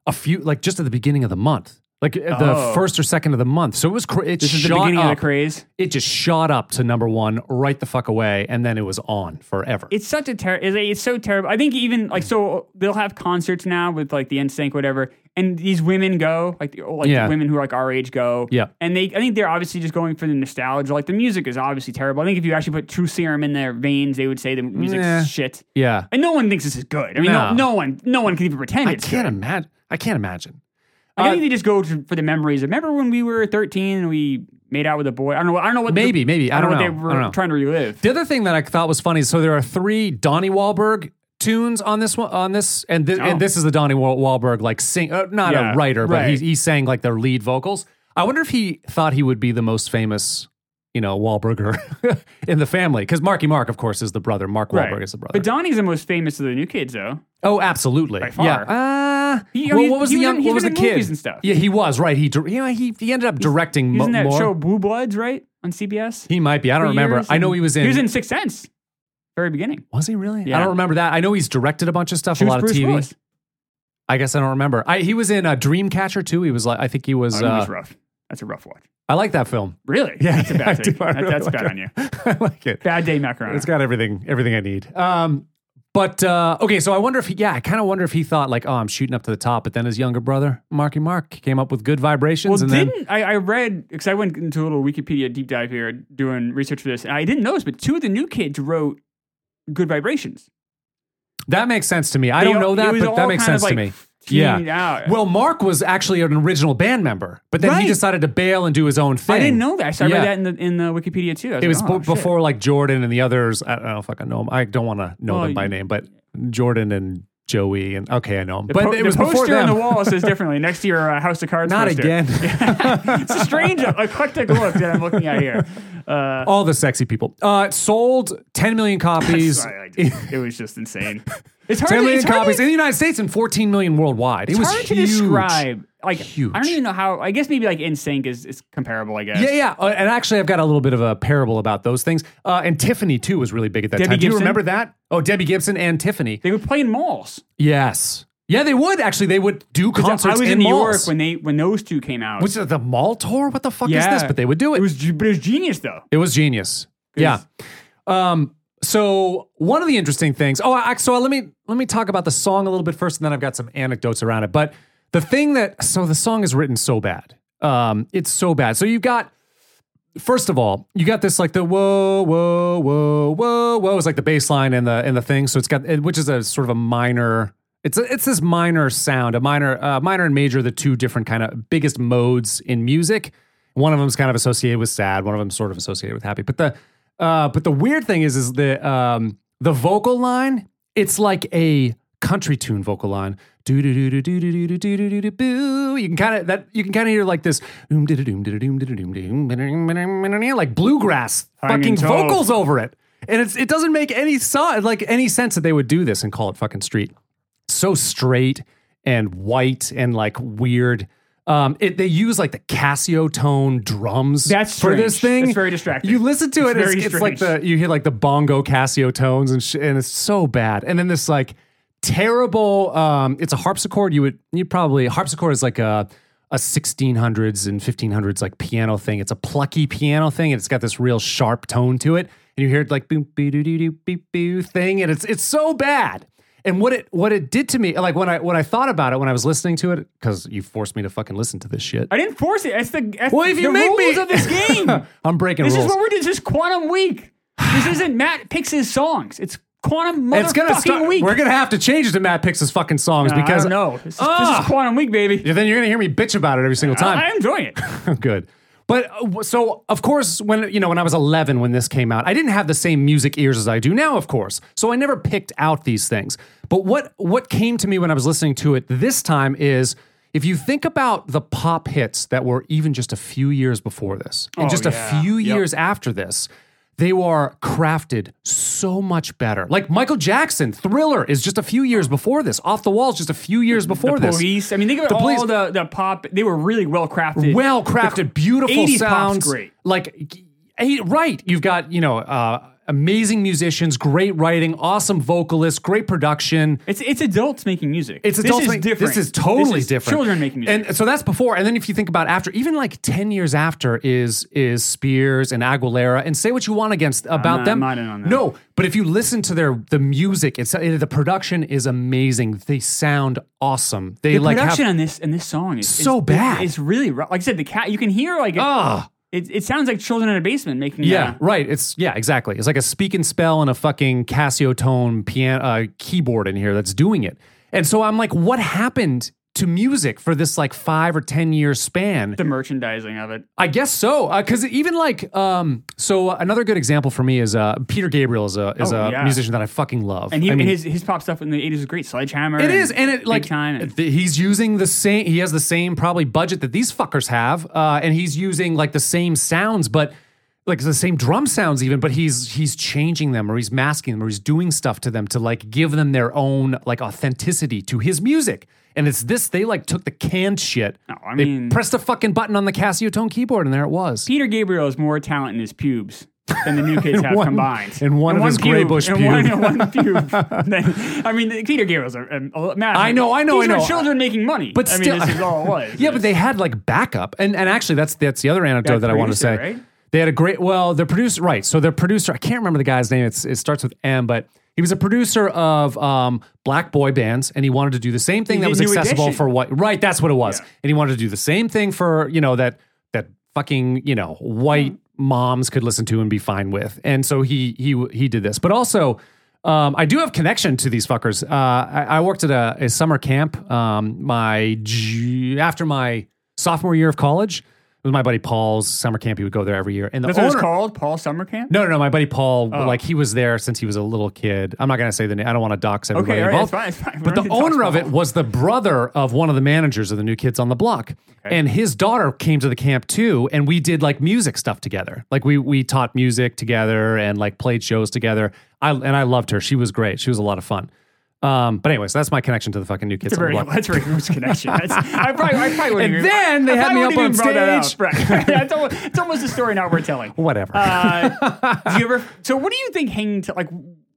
a few, like just at the beginning of the month, like uh, the
Oh.
first or second of the month. So it was. Cra- it
this is the
shot
beginning
up.
of the craze.
It just shot up to number one right the fuck away, and then it was on forever.
It's such a terrible. It's, it's so terrible. I think even like so they'll have concerts now with like the NSYNC whatever, and these women go like the, like
Yeah.
the women who are like our age go.
Yeah.
and they I think they're obviously just going for the nostalgia. Like the music is obviously terrible. I think if you actually put True Serum in their veins, they would say the music's
Nah.
shit.
yeah,
And no one thinks this is good. I mean, no,
No.
no one, no one can even pretend
I
it's
can't
good.
imagine. I can't imagine.
I
Uh,
think they just go to, for the memories. Remember when we were 13 and we made out with a boy? I don't know. I don't know what. the-
Maybe, maybe. I don't
know.
know.
What they were
I don't know.
trying to relive.
The other thing that I thought was funny is so there are three Donnie Wahlberg tunes on this one on this and this,
Oh.
and this is the Donnie Wa- Wahlberg like sing uh, not
Yeah,
a writer but
right.
he he sang like their lead vocals. I wonder if he thought he would be the most famous, you know, Wahlberger in the family because Marky Mark of course is the brother. Mark Wahlberg is the brother.
But Donnie's the most famous of the new kids, though.
oh, absolutely.
By far.
Yeah. Uh,
He-
well,
he's-
what was
he
the
was
young?
in- he's
what was the
been in
kid?
movies and stuff.
Yeah, he was right. He dir- you know, he he ended up directing
He's
mo-
in that
more.
show Blue Bloods, right, on CBS.
He might be. I don't
for
remember.
years,
I know
and-
he was in.
He was in Sixth Sense, very beginning.
Was he really? I
Yeah.
don't remember that. I know he's directed a bunch of stuff,
She
a
was
lot
Bruce
of TV.
Willis.
I guess I don't remember. I, he was in uh, Dreamcatcher too. He was like, I think he was.
Oh, that
Uh,
movie's rough. That's a rough watch.
I like that film.
Really?
Yeah,
that's a
I
bad
do.
take.
I
That-
really
that's
like
bad
it.
on you.
I like it.
Bad day macaroni.
It's got everything, everything I need. Um, but uh, okay, so I wonder if he, yeah, I kind of wonder if he thought like, oh, I'm shooting up to the top, but then his younger brother Marky Mark came up with good vibrations,
Well,
and then
didn't I, I read because I went into a little Wikipedia deep dive here doing research for this, and I didn't notice, but two of the new kids wrote "Good Vibrations."
that makes sense to me. I
They
don't
all-
know
it
that,
was
but that
all
makes
kind
sense
of,
to
like,
me. Yeah.
teamed out.
Well, Mark was actually an original band member, but then he
Right.
decided to bail and do his own thing.
I didn't know that. So I
Yeah.
read that in the in the Wikipedia too. I
It was
like, oh,
b-
shit.
before like Jordan and the others. I I don't know if I can know them. I don't want to know
Well,
them by
Oh, you-
name, but Jordan and Joey and okay, I know them.
The
But
po-
it
the
was
poster
before
on
them.
the wall says differently. Next to your uh, House of Cards.
Not
poster.
again.
it's a strange eclectic look that I'm looking at here. Uh,
All the sexy people. Uh, it sold 10 million copies.
sorry, I just- it was just insane. It's hard.
10
to,
million
it's hard
copies
to,
in the United States and 14 million worldwide. It
it's
was
hard
huge.
to describe. Like I
Huge.
don't even know how. I guess maybe like NSYNC is is comparable. I guess.
Yeah, yeah. Uh, and actually, I've got a little bit of a parable about those things. Uh, and Tiffany, too, was really big at that
Debbie
time. Do you
Gibson?
remember that? Oh, Debbie Gibson and Tiffany.
They would play in malls.
Yes. Yeah, they would actually. They would do concerts
I was in, New York
malls.
when they when those two came out.
Was it the mall tour? What the fuck
Yeah.
is this? But they would do
it
it.
was, ge- but it was genius though.
It was genius. Yeah. Um. So one of the interesting things. Oh, I, so let me let me talk about the song a little bit first, and then I've got some anecdotes around it. But the thing that so the song is written so bad. Um, it's so bad. So you've got first of all, you got this like the whoa whoa whoa whoa whoa is like the bass line and the and the thing. So it's got it- which is a sort of a minor. It's a, it's this minor sound, a minor uh, minor and major, the two different kind of biggest modes in music. One of them's kind of associated with sad. One of them's sort of associated with happy. But the uh, but the weird thing is is the um, the vocal line. It's like a country tune vocal line. Do do do do do do do do do do do boo. You can kind of that you can kind of hear like this um, didda doom, didda doom, didda doom, didda doom, didda doom, like bluegrass fucking
Hanging toe.
vocals over it. And it's it doesn't make any so, like any sense that they would do this and call it fucking street. So straight and white and like weird. Um, it, they use like the Casio tone drums
That's
for this
strange.
thing.
It's very distracting.
You listen to
It's
it, it's,
very
it's like
strange.
the you hear like the bongo Casio tones and sh- and it's so bad. And then this like terrible um it's a harpsichord you would you probably harpsichord is like a a 1600s and 1500s like piano thing. It's a plucky piano thing and it's got this real sharp tone to it. And you hear it like boom boo doo doo doo beep boo thing and it's it's so bad. And what it what it did to me like when I when I thought about it when I was listening to it cuz you forced me to fucking listen to this shit.
I didn't force it. That's the that's
Well, if you
the
make
rules
me-
of this game.
I'm breaking
this
rules.
is what we're doing. This is Quantum Week. This isn't Matt picks his songs. It's Quantum
It's gonna
motherfucking
start.
Week.
We're gonna have to change it to Matt picks his fucking songs
Uh,
because
I don't know. This is, this
Ah!
is Quantum Week, baby.
Yeah, then you're gonna hear me bitch about it every single time.
I, I'm enjoying it.
Good. But uh, w- so of course when you know when I was 11 when this came out I didn't have the same music ears as I do now of course. So I never picked out these things. But what what came to me when I was listening to it this time is if you think about the pop hits that were even just a few years before this and
Oh,
just
yeah.
a few
Yep.
years after this they were crafted so much better. Like Michael Jackson, Thriller is just a few years before this. Off the Walls just a few years before this.
Police. I mean, think about
The
all
Police-
the the pop. They were really well crafted.
well crafted, beautiful
80s pop's
sounds.
great.
Like, eh, right? You've got you know uh, amazing musicians, great writing, awesome vocalists, great production.
It's it's adults making music.
It's
this
adults
is
making-
different.
This is totally
This is
different.
Children making music.
and so that's before. And then if you think about after, even like ten years after is is Spears and Aguilera, and say what you want against about
not-
them.
I'm not in on that.
No, but if you listen to their the music, it's eh, the production is amazing. They sound awesome. They
the
like
production
have
on this and this song is
So
is-
bad.
It's really rough. Like I said, the cat. You can hear like it,
ah.
it, it sounds like children in a basement making.
Yeah,
uh,
right. It's yeah, exactly. It's like a speak and spell and a fucking Casio tone piano uh, keyboard in here that's doing it. And so I'm like, what happened to music for this like five or ten year span?
the merchandising of it.
I guess so, because even like um, so another good example for me is uh, Peter Gabriel is a is
Oh,
a
yeah.
musician that I fucking love.
And he,
I mean,
and his his pop stuff in the eighties was great. Sledgehammer.
it is, and it
Big
like
time. and-
th- he's using the same. He has the same probably budget that these fuckers have, uh, and he's using like the same sounds, but like the same drum sounds even. But he's he's changing them, or he's masking them, or he's doing stuff to them to like give them their own like authenticity to his music. And it's this they like took the canned shit.
No, I
they
mean-
pressed a fucking button on the Casio tone keyboard, and there it was.
Peter Gabriel has more talent in his pubes than the new kids have
one-
combined.
in one of his
pube-
Grey Bush
in
pube.
One, in one pube. Then- I mean, Peter Gabriel's a, a, a man.
I know, I know,
These
I
were
know.
children making money.
But
I
still-
mean, this is all it was.
Yeah, but they had like backup, and and actually that's that's the other anecdote
That
that I want to say.
producer, right?
They had a great well, their producer right. So their producer, I can't remember the guy's name. It's it starts with M, but he was a producer of um, black boy bands, and he wanted to do the same thing
He
that
did
was
New
accessible
Edition.
for white. Right, that's what it was,
Yeah.
and he wanted to do the same thing for you know that that fucking you know white
Mm-hmm.
moms could listen to and be fine with. And so he he he did this, but also. Um, I do have connection to these fuckers. Uh, I, I worked at a, a summer camp. Um, my j- after my sophomore year of college, it was my buddy Paul's summer camp. He would go there every year, and the
That's what it's
owner-
called, Paul Summer Camp.
No, no, no. My buddy Paul,
Oh.
like he was there since he was a little kid. I'm not gonna say the name. I don't want to dox everybody
Okay, all right,
involved.
it's fine, it's fine.
But the owner of it was the brother of one of the managers of the New Kids on the Block, and his daughter came to the camp too, and we did like music stuff together. Like we we taught music together and like played shows together. I and I loved her. She was great. She was a lot of fun. Um, but anyways, that's my connection to the fucking New Kids
That's a
on the
very,
Block.
that's a very loose connection. That's, I probably, I probably wouldn't
And
even-
then
I
they had
probably
me up
wouldn't
on
even brought that out.
stage.
Right. Yeah, it's, almost, it's almost a story not worth telling.
Whatever.
Uh, do you ever? So, what do you think hanging tough? Like,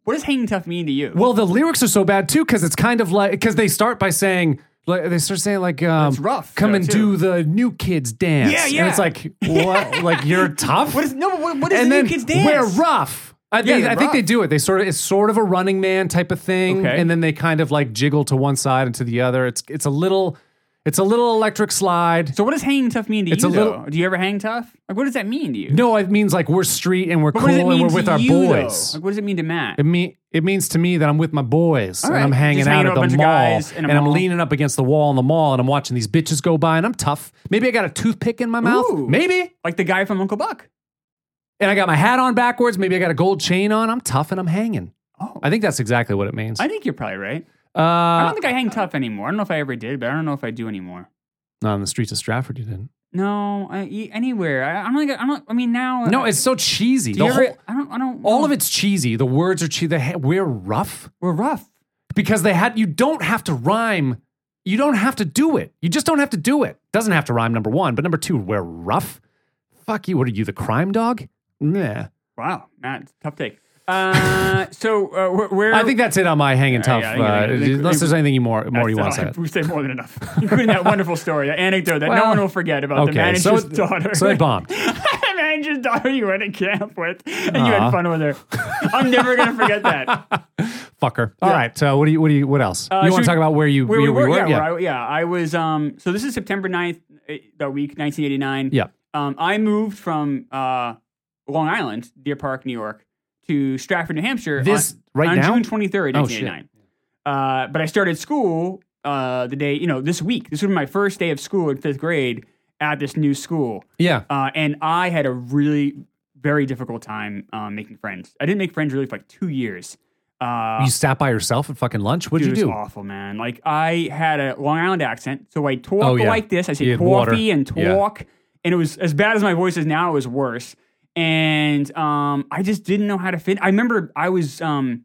what does hanging tough mean to you?
Well, the lyrics are so bad too because it's kind of like because they start by saying like, they start saying like um,
It's rough,
Come
though,
and
too.
do the new kids dance.
Yeah, yeah.
And it's like what? like you're tough.
What is no? but What, what is
and
the
then
new kids dance?
we're rough. I,
Yeah,
think,
they're
I think they
rough.
do it. They sort of it's sort of a running man type of thing,
Okay.
and then they kind of like jiggle to one side and to the other. It's it's a little it's a little electric slide.
So, what does hanging tough mean to
It's a
you?
little-
though? Do you ever hang tough? Like, what does that mean to you?
No, it means like we're street and we're
But
cool
what does it
and
mean
we're
to
with our
you, though?
boys.
Like, what does it mean to Matt?
It mean it means to me that I'm with my boys
All right.
and I'm hanging
Just
out
hanging
at
out with a bunch
the
of
mall
guys in
and
a
I'm
mall.
leaning up against the wall in the mall and I'm watching these bitches go by and I'm tough. Maybe I got a toothpick in my mouth,
Ooh.
maybe,
Like the guy from Uncle Buck.
and I got my hat on backwards. Maybe I got a gold chain on. I'm tough and I'm hanging.
Oh,
I think that's exactly what it means.
I think you're probably right. I
Uh,
don't think I hang tough anymore. I don't know if I ever did, but I don't know if I do anymore.
not on the streets of Stratford, you didn't.
No, I, e- anywhere. I, I don't think I, I don't. I mean, now.
No,
I,
it's so cheesy.
do you
The
ever,
whole-
I don't. I don't.
all of it's cheesy. The words are cheesy. The, he- we're rough
We're rough.
because they had. You don't have to rhyme. You don't have to do it. You just don't have to do it. Doesn't have to rhyme. Number one, but number two, we're rough. Fuck you. What are you, the crime dog? Nah.
Wow, Matt, tough take. Uh, so uh, where, where
I think that's it on my hanging tough.
yeah, I think- I
uh,
think-
unless there's anything you more more you
That's
want
all
to
I-
say.
We've said more than enough, including that wonderful story, that anecdote that no
Well,
one will forget about the
Okay,
manager's
so
daughter.
so it bombed.
the manager's daughter you went to camp with, and you
Aw.
had fun with her. I'm never gonna forget that.
Fucker. All right. So what do you what do you what else?
Uh,
you
should
want
we-
to talk about where you
Where
where
we were, yeah,
Yeah.
Where I, yeah. I was. Um, so this is September 9th, uh, the week 1989.
Yeah.
Um, I moved from uh, Long Island, Deer Park, New York, to Stratford, New Hampshire.
This-
on,
right
on
now?
June 23rd,
Oh, shit.
1989. uh, but I started school uh, the day, you know, this week. This was my first day of school in fifth grade at this new school,
Yeah.
uh, and I had a really very difficult time um, making friends. I didn't make friends really for like two years. Uh,
you sat by yourself at fucking lunch. What
Dude,
did you
it
do?
was awful, man. Like I had a Long Island accent, so I talk
Oh, yeah.
like this. I
You
said
had water.
coffee and
Yeah.
talk, and it was as bad as my voice is now. It was worse, and um, I just didn't know how to fit. I remember I was um,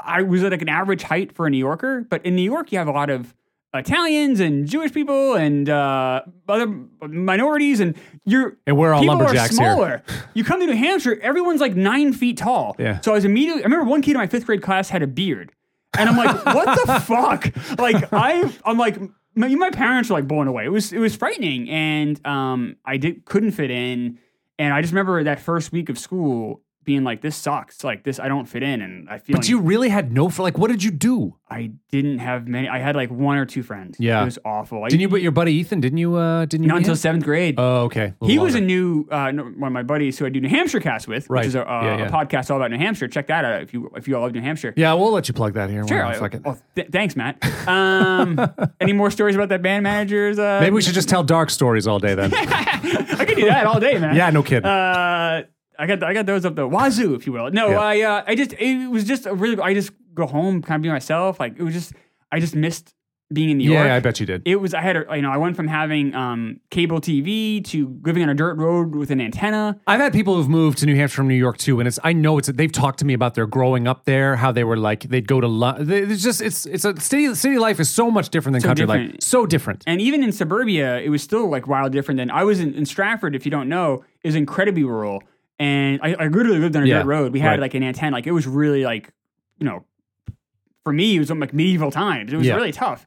I was at like an average height for a New Yorker, but in New York you have a lot of Italians and Jewish people and uh, other minorities, and you're
And we're all
people
lumberjacks
are
here.
smaller. you come to New Hampshire, everyone's like nine feet tall.
Yeah.
So I was immediately. I remember one kid in my fifth grade class had a beard, and I'm like, what the fuck? Like I, I'm like. My, my parents were like blown away. It was it was frightening, and um, I did couldn't fit in, and I just remember that first week of school being like, "This sucks. Like this, I don't fit in." And I feel
But you really had no for like what did you do?
I didn't have many. I had like one or two friends.
Yeah.
it was awful. I,
Didn't you but your buddy Ethan, didn't you uh didn't you
not
meet
until
him?
seventh grade.
Oh, okay.
he was a new uh, no- one of my buddies who I do New Hampshire Cast with,
Right.
which is a, a,
Yeah, yeah.
a podcast all about New Hampshire. Check that out if you if you all love New Hampshire.
Yeah, we'll let you plug that here. Why
Sure.
not?
I-
Fuck it.
oh, th- thanks, Matt. Um, any more stories about that band manager's? Uh,
Maybe we should just tell dark stories all day then.
I could do that all day, man.
yeah, no kidding.
Uh, I got I got those up the wazoo, if you will. No,
Yeah.
I uh, I just it was just a really I just go home, kind of be myself. Like it was just I just missed being in New York.
yeah, I bet you did.
it was I had a, you know I went from having um, cable TV to living on a dirt road with an antenna.
I've had people who've moved to New Hampshire from New York too, and it's I know it's they've talked to me about their growing up there, how they were like they'd go to lu- they- it's just it's it's a city city life is so much different than country life,
different.
so different.
And even in suburbia, it was still like wild different than I was in, in Stratford. If you don't know, is incredibly rural, and I, I literally lived on a
Yeah,
dirt road. We had
right.
like an antenna, like it was really like you know, for me it was like medieval times. It was
Yeah.
really tough.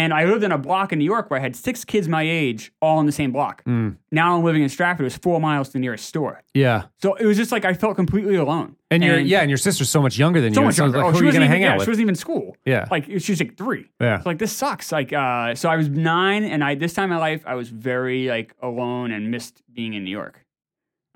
And I lived in a block in New York where I had six kids my age all in the same block.
Mm.
Now I'm living in Stratford. It was four miles to the nearest store.
yeah,
So it was just like I felt completely alone.
and, your yeah, and your sister's so much younger than
so
you.
much
so
younger.
Like,
oh,
who
she
are you
wasn't
gonna hang
even, yeah,
out
She
with?
wasn't even in school.
Yeah.
like she was like three.
Yeah.
So, like this sucks. Like uh, so I was nine, and I this time in my life I was very like alone and missed being in New York.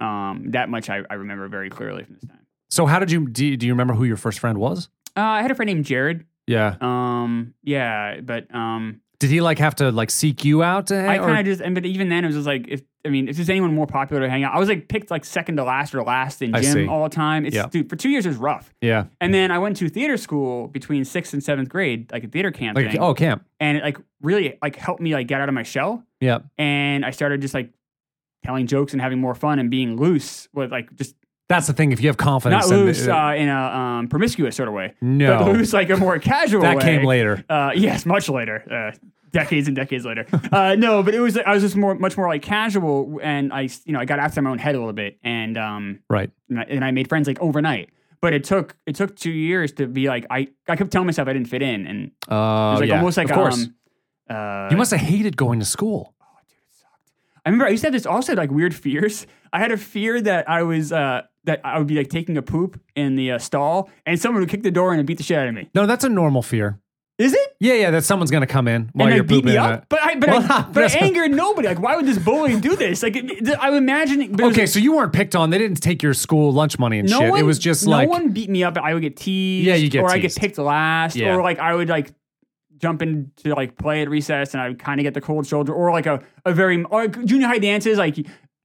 Um, that much I, I remember very clearly from this time.
So how did you do? you- Do you remember who your first friend was?
Uh, I had a friend named Jared.
Yeah,
Um, yeah, but um,
did he like have to like seek you out? To hang,
I
Eh, or-
kind of just and but even then it was just like if I mean if there's anyone more popular to hang out, I was like picked like second to last or last in
I see.
gym all the time. It's
Yeah.
dude, for two years it was rough.
yeah,
And then I went to theater school between sixth and seventh grade, like a theater camp.
like
thing.
oh camp,
and it like really like helped me like get out of my shell
yeah,
and i started just like telling jokes and having more fun and being loose with like just
that's the thing. If you have confidence,
not
then-
loose uh, in a um, promiscuous sort of way
No.
but loose like a more casual
that
way.
came later.
uh, yes much later uh, decades and decades later uh, no but it was i was just more much more like casual and i you know i got outside my own head a little bit and um
Right.
and I, and I made friends like overnight but it took it took two years to be like i i kept telling myself i didn't fit in and it
Uh,
was like
yeah.
almost like
of course.
um uh,
you must have hated going to school.
I remember I used to have this also like weird fears. I had a fear that I was uh, that I would be like taking a poop in the uh, stall and someone would kick the door in and beat the shit out of me.
No, that's a normal fear.
Is it?
Yeah, yeah, that someone's gonna come in while
and
you're
they beat
pooping.
me
in
up.
a-
But I but
Well,
I, but
that's-
I angered nobody. Like why would this bully do this? Like it, it- I'm imagining. but it was
okay,
like,
so you weren't picked on. They didn't take your school lunch money and
no
shit.
one,
it was just
no
like
one beat me up. I would get teased.
Yeah, you get
or I get
teased.
picked last,
Yeah.
or like I would like jump into like play at recess and I would kind of get the cold shoulder, or like a a very or like junior high dances like.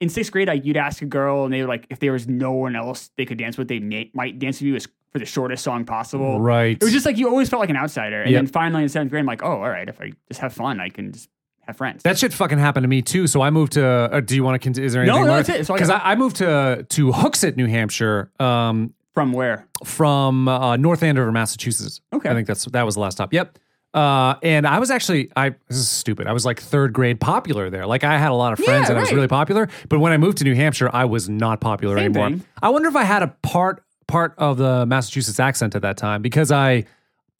In sixth grade, like you'd ask a girl, and they were like, if there was no one else they could dance with, they may, might dance with you as for the shortest song possible.
Right.
It was just like you always felt like an outsider. And
Yep.
then finally in seventh grade, I'm like, oh, all right, if I just have fun, I can just have friends.
That shit fucking happened to me too. So I moved to. Uh, do you want to? Con- is there
No,
anything?
no, that's it. It's all
Because
good.
I, I moved to to Hooksett, New Hampshire, um,
From where?
from uh, North Andover, Massachusetts.
Okay.
I think that's that was the last stop. Yep. Uh, and I was actually I this is stupid. I was like third grade popular there. Like I had a lot of friends
Yeah,
and I was
right.
really popular. But when I moved to New Hampshire, I was not popular
Same
anymore.
thing.
I wonder if I had a part part of the Massachusetts accent at that time because I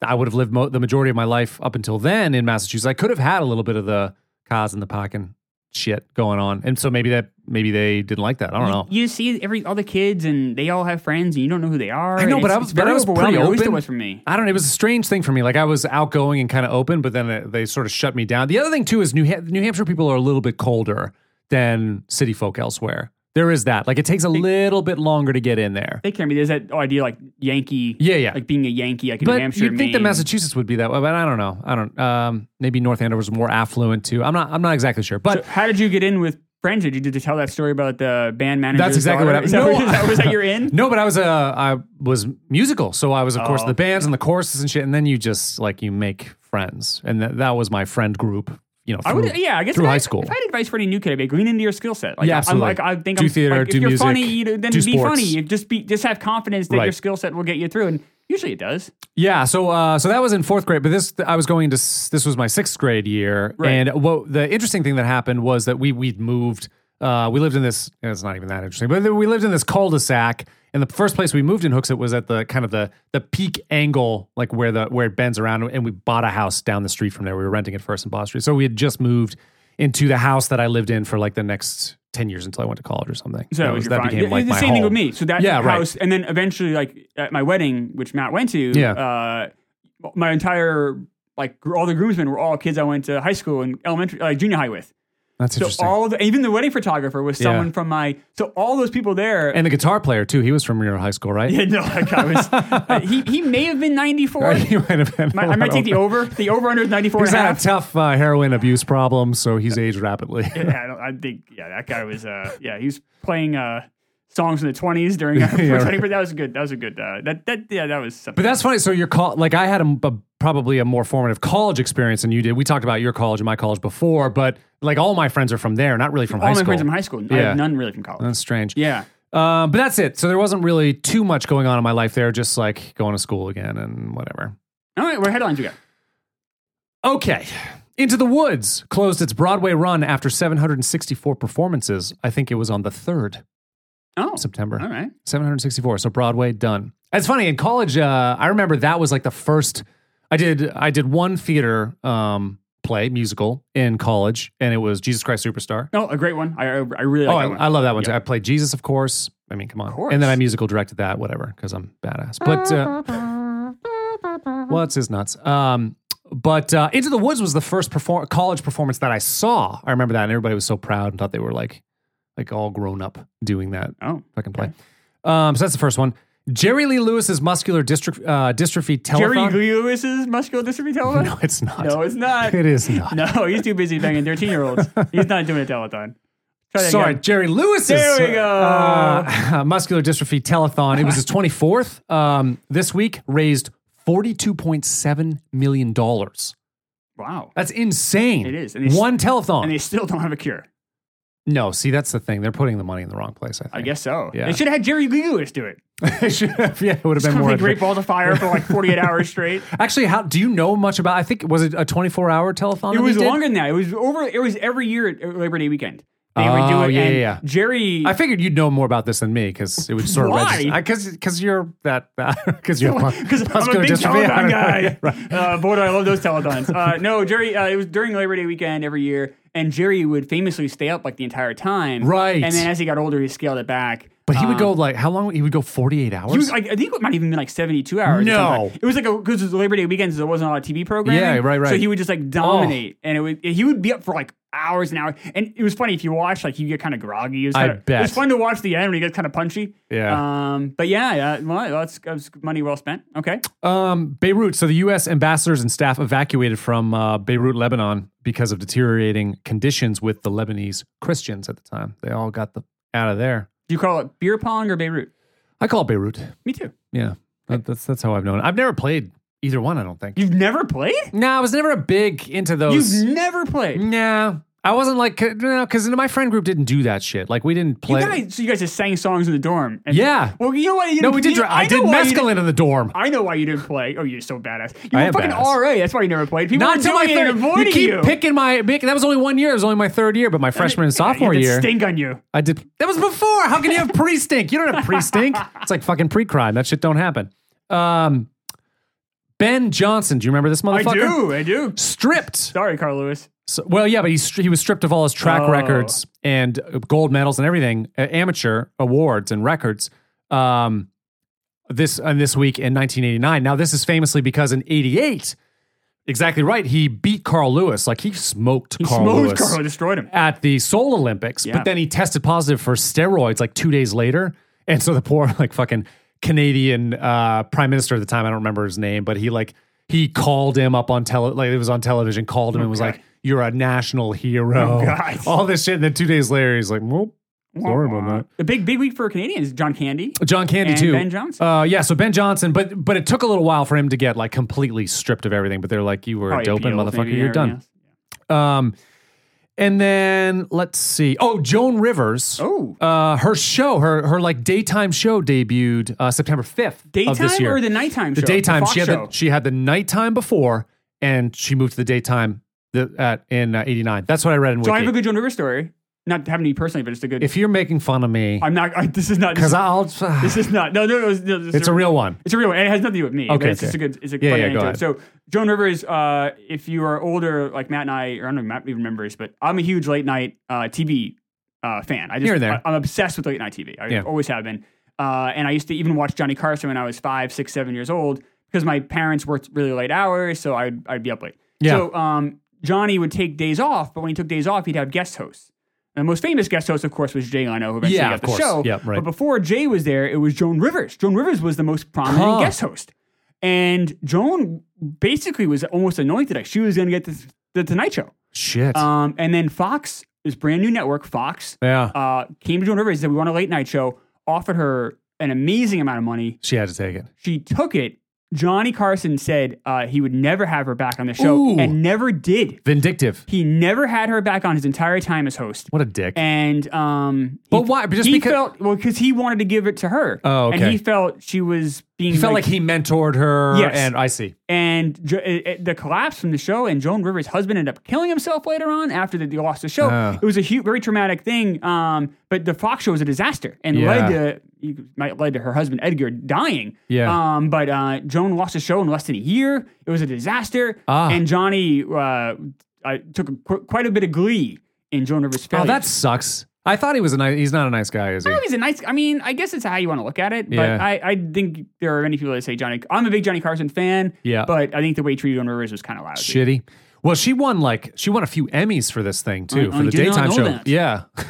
I would have lived mo- the majority of my life up until then in Massachusetts. I could have had a little bit of the cars in the pocket shit going on, and so maybe that maybe they didn't like that. I don't know.
You see every all the kids and they all have friends and you don't know who they are.
I know,
and
but
it's-
I was-
it's
but
very
I was pretty
overwhelming. It always
open.
was for me.
I don't know. It was a strange thing for me. Like I was outgoing and kind of open, but then uh, they sort of shut me down. The other thing too is New ha- New Hampshire people are a little bit colder than city folk elsewhere. There is that. Like it takes a little bit longer to get in there.
They can be. There's that oh, idea like Yankee.
Yeah, yeah.
Like being a Yankee, like in New
But
Hampshire.
you'd think that
Maine.
Massachusetts would be that way, but I don't know. I don't. Um, maybe North Andover's more affluent too. I'm not. I'm not exactly sure. But
So how did you get in with friends? Did you did you tell that story about the band manager?
That's exactly what I-
Is that,
No.
where- is that, was that you're in? Oh.
No, but I was uh, I was musical, so I was of course the bands and the choruses and shit. And then you just like you make friends, and that that was my friend group. You know,
I would,
through-
yeah, I guess
through
if I-
high school.
If I had advice for any new kid, I'd be like, lean into your skill set. Like,
Yeah, absolutely.
I'm like, I think
Do
I'm,
theater,
like, if
do
you're
music,
funny, you, then
do
be
sports.
funny. You just be, just have confidence that your
Right.
skill set will get you through, and usually it does.
Yeah, so uh, so that was in fourth grade, but this I was going to s- this was my sixth grade year,
Right.
and what the interesting thing that happened was that we we'd moved. Uh, we lived in this. It's not even that interesting, but we lived in this cul-de-sac, and the first place we moved in Hooksett was at the kind of the the peak angle, like where the where it bends around, and we bought a house down the street from there. We were renting it first in Boston Street, so we had just moved into the house that I lived in for like the next ten years until I went to college or something.
So
that, was-
you're
that
fine.
became
The-
like
the
my
same thing with
home.
me. So that
Yeah, right.
house, and then eventually, like at my wedding, which Matt went to,
Yeah.
uh, my entire like gr- all the groomsmen were all kids I went to high school and elementary, like junior high with.
That's
So
interesting.
all the, even the wedding photographer was someone
Yeah.
from my. So all those people there.
and the guitar player too. He was from your high school, right?
Yeah, no, like I was, uh, he, he may have been 94.
He might have been.
I, I might take the over. The over under is 94
He's
and a
had a
half.
tough uh, heroin abuse problem, so he's aged rapidly.
yeah, I, don't, I think, yeah, that guy was, uh, yeah, he was playing uh, songs in the 20s during our
Yeah,
first
right.
but that was good. That was a good, uh, that, that, yeah, that was something.
But that's funny. So your call, like I had a, a- probably a more formative college experience than you did. We talked about your college and my college before, but like all my friends are from there, not really from
All
high
my
school.
friends from high school. I
Yeah.
have none really from college.
That's strange.
Yeah.
Um, but that's it. So there wasn't really too much going on in my life there, just like going to school again and whatever.
All right, what headlines we got?
Okay. Into the Woods closed its Broadway run after 764 performances. I think it was on the 3rd
Oh,
of September.
all right.
764. So Broadway done. It's funny in college. Uh, I remember that was like the first. I did. I did one theater um, play musical in college, and it was Jesus Christ Superstar.
Oh, a great one. I, I I really
Oh,
like that one.
I, I love that one too.
Yeah.
I played Jesus, of course. I mean, come on.
course.
And then I musical directed that, whatever, because I'm badass. But uh, what's his nuts? Um, but uh, Into the Woods was the first perform- college performance that I saw. I remember that, and everybody was so proud and thought they were like, like all grown up doing that
Oh,
fucking play. Um, so that's the first one. Jerry Lee Lewis's muscular dystrophy, uh, dystrophy
Jerry
telethon.
Lewis's muscular dystrophy telephone?
no, it's not.
No, it's not.
It is not.
No, he's too busy banging 13 year olds. He's not doing a telethon. Try that
Sorry,
again.
Jerry Lewis's
There we go.
uh, muscular dystrophy telethon. It was his 24th. Um, this week raised $42.7 million.
Wow.
That's insane.
It is, and they-
One telethon.
And they still don't have a cure.
no, see, that's the thing. They're putting the money in the wrong place, I think.
I guess so.
Yeah.
They should have had Jerry Lee Lewis do it.
It should have- yeah, it would have been
Come
more.
play Great Balls of Fire for like 48 hours straight.
Actually, how do you know much about? I think was it a 24 hour telethon? that
It
he
was
did?
longer than that. It was over. It was every year at Labor Day weekend. They would do
Oh,
it.
yeah,
and
yeah, yeah.
Jerry.
I figured you'd know more about this than me because it would sort of
Why?
register. Because you're that because you're
because I'm a
muscular
big
dystrophy. I don't
Telethon
know.
guy. uh, boy, do I love those Telethons. Uh, no, Jerry, uh, it was during Labor Day weekend every year, and Jerry would famously stay up like the entire time.
Right.
And then as he got older, he scaled it back.
But he would
Um,
go like how long? He would go 48 hours.
He was, I, I think it might even been like 72 hours. or
No.
something. It was like, because it was Labor Day weekends, there wasn't a lot of TV programming.
Yeah, right, Oh.
So
right.
he would just like dominate. And it would, he would be up for like hours and hours. And it was funny, if you watch, like, you get kind of groggy. It was
I
kinda,
bet.
It was fun to watch the end when he gets kind of punchy.
Yeah.
Um, but yeah, yeah well, that's, that's money well spent. Okay.
um, Beirut. So the U.S. ambassadors and staff evacuated from uh, Beirut, Lebanon, because of deteriorating conditions with the Lebanese Christians at the time. They all got the out of there.
Do you call it beer pong or Beirut?
I call it Beirut.
Me too.
Yeah, That- that's that's how I've known. I've never played either one. I don't think.
You've never played?
Nah, I was never a big into those.
You've never played.
nah, I wasn't like c- no, because my friend group didn't do that shit. Like we didn't play.
You guys, so you guys just sang songs in the dorm. And
Yeah.
Well, you know what? You
no,
didn't-
we did.
you-
dr- I,
know
did
why you didn't-
mescaline in the dorm.
I know why you didn't play. Oh, you're so badass. You
I
were
am
fucking
badass.
RA. That's why you never played. People
Not
were
until my
doing it and
third.
avoiding
You keep picking my. pick- That was only one year. It was only my third year, but my freshman and sophomore
You had that
year,
Stink on you.
I did. That was before. How can you have pre stink? You don't have pre stink. It's like fucking pre crime. That shit don't happen. Um, ben Johnson, do you remember this
I
motherfucker?
do. I do.
Stripped.
Sorry, Carl Lewis.
So, well, yeah, but he stri- he was stripped of all his track
Oh.
records and uh, gold medals and everything, uh, amateur awards and records. Um, this and this week in 1989. Now this is famously because in '88, exactly right, he beat Carl Lewis. Like he smoked Carl
Smooth
Lewis
Carl destroyed him.
at the Seoul Olympics,
Yeah.
but then he tested positive for steroids like two days later. And so the poor, like, fucking Canadian uh, prime minister at the time, I don't remember his name, but he, like, he called him up on tele, like, it was on television, called him and was
God.
like, You're a national hero.
Oh, God.
All this shit. And then two days later, he's like, Well, sorry about
The big big week for Canadians. John Candy.
that. John Candy,
And
too.
Ben Johnson.
Uh, yeah, so Ben Johnson, but but it took a little while for him to get, like, completely stripped of everything. But they're like, You were a
Probably
doping
appeals,
motherfucker.
maybe,
You're
everything
done.
else.
Um, and then let's see. Oh, Joan Rivers.
Oh.
uh, her show, her her like daytime show debuted uh, September fifth
Daytime
of this year.
or the nighttime
The
show?
daytime.
The Fox
she had
show.
the, she had the nighttime before, and she moved to the daytime the, at in uh, eighty nine. That's what I read in
So I
Wiki.
have a good Joan Rivers story. Not having me personally, but it's a good.
if you're making fun of me,
I'm not. I, this is not.
because
This,
I'll
this is not. No, no, no. It's, no, this is
it's a real one.
It's a real one. And it has nothing to do with me. but
Okay,
It's just a
okay.
good. It's a
Yeah,
funny
yeah, go
anecdote. So Joan Rivers, uh, if you are older, like Matt and I, or I don't know, if Matt even remembers, but I'm a huge late night uh, TV uh, fan. I just,
Here or there.
I, am obsessed with late night TV. I
Yeah.
always have been. Uh, and I used to even watch Johnny Carson when I was five, six, seven years old because my parents worked really late hours, so I'd I'd be up late.
Yeah.
So um, Johnny would take days off, but when he took days off, he'd have guest hosts. And the most famous guest host, of course, was Jay Leno, who eventually
Yeah,
got
of
the
course.
show.
Yeah, right.
But before Jay was there, it was Joan Rivers. Joan Rivers was the most prominent
Huh.
guest host, and Joan basically was almost anointed. Like she was going to get the, the Tonight Show.
Shit.
Um, and then Fox, this brand new network, Fox,
yeah,
uh, came to Joan Rivers and said, "We want a late night show." Offered her an amazing amount of money.
she had to take it.
She took it. Johnny Carson said uh, he would never have her back on the show,
Ooh.
and never did.
Vindictive.
He never had her back on his entire time as host
What a dick.
and um, he,
But why? But just
he
because-
felt well because he wanted to give it to her.
Oh, okay.
And he felt she was being
he felt like,
like,
he mentored her.
Yes.
and I see.
and jo- it- it- the collapse from the show and Joan Rivers' husband ended up killing himself later on after they lost the show.
Oh.
It was a huge, very traumatic thing. Um, but the Fox show was a disaster and
Yeah.
led to you might led to her husband Edgar dying.
Yeah.
Um, but uh, Joan lost the show in less than a year. It was a disaster.
Ah.
And Johnny uh, I took qu- quite a bit of glee in Joan Rivers'
Oh,
failure.
that sucks. I thought he was a nice. He's not a nice guy, is he?
Oh, he's a nice. I mean, I guess it's how you want to look at it. But
Yeah.
I, I think there are many people that say Johnny. I'm a big Johnny Carson fan.
Yeah.
But I think the way he treated Joan Rivers was kind of lousy.
Shitty. Well, she won like she won a few Emmys for this thing too
I-
for
I
the
did not
daytime
know
show.
that.
Yeah. uh,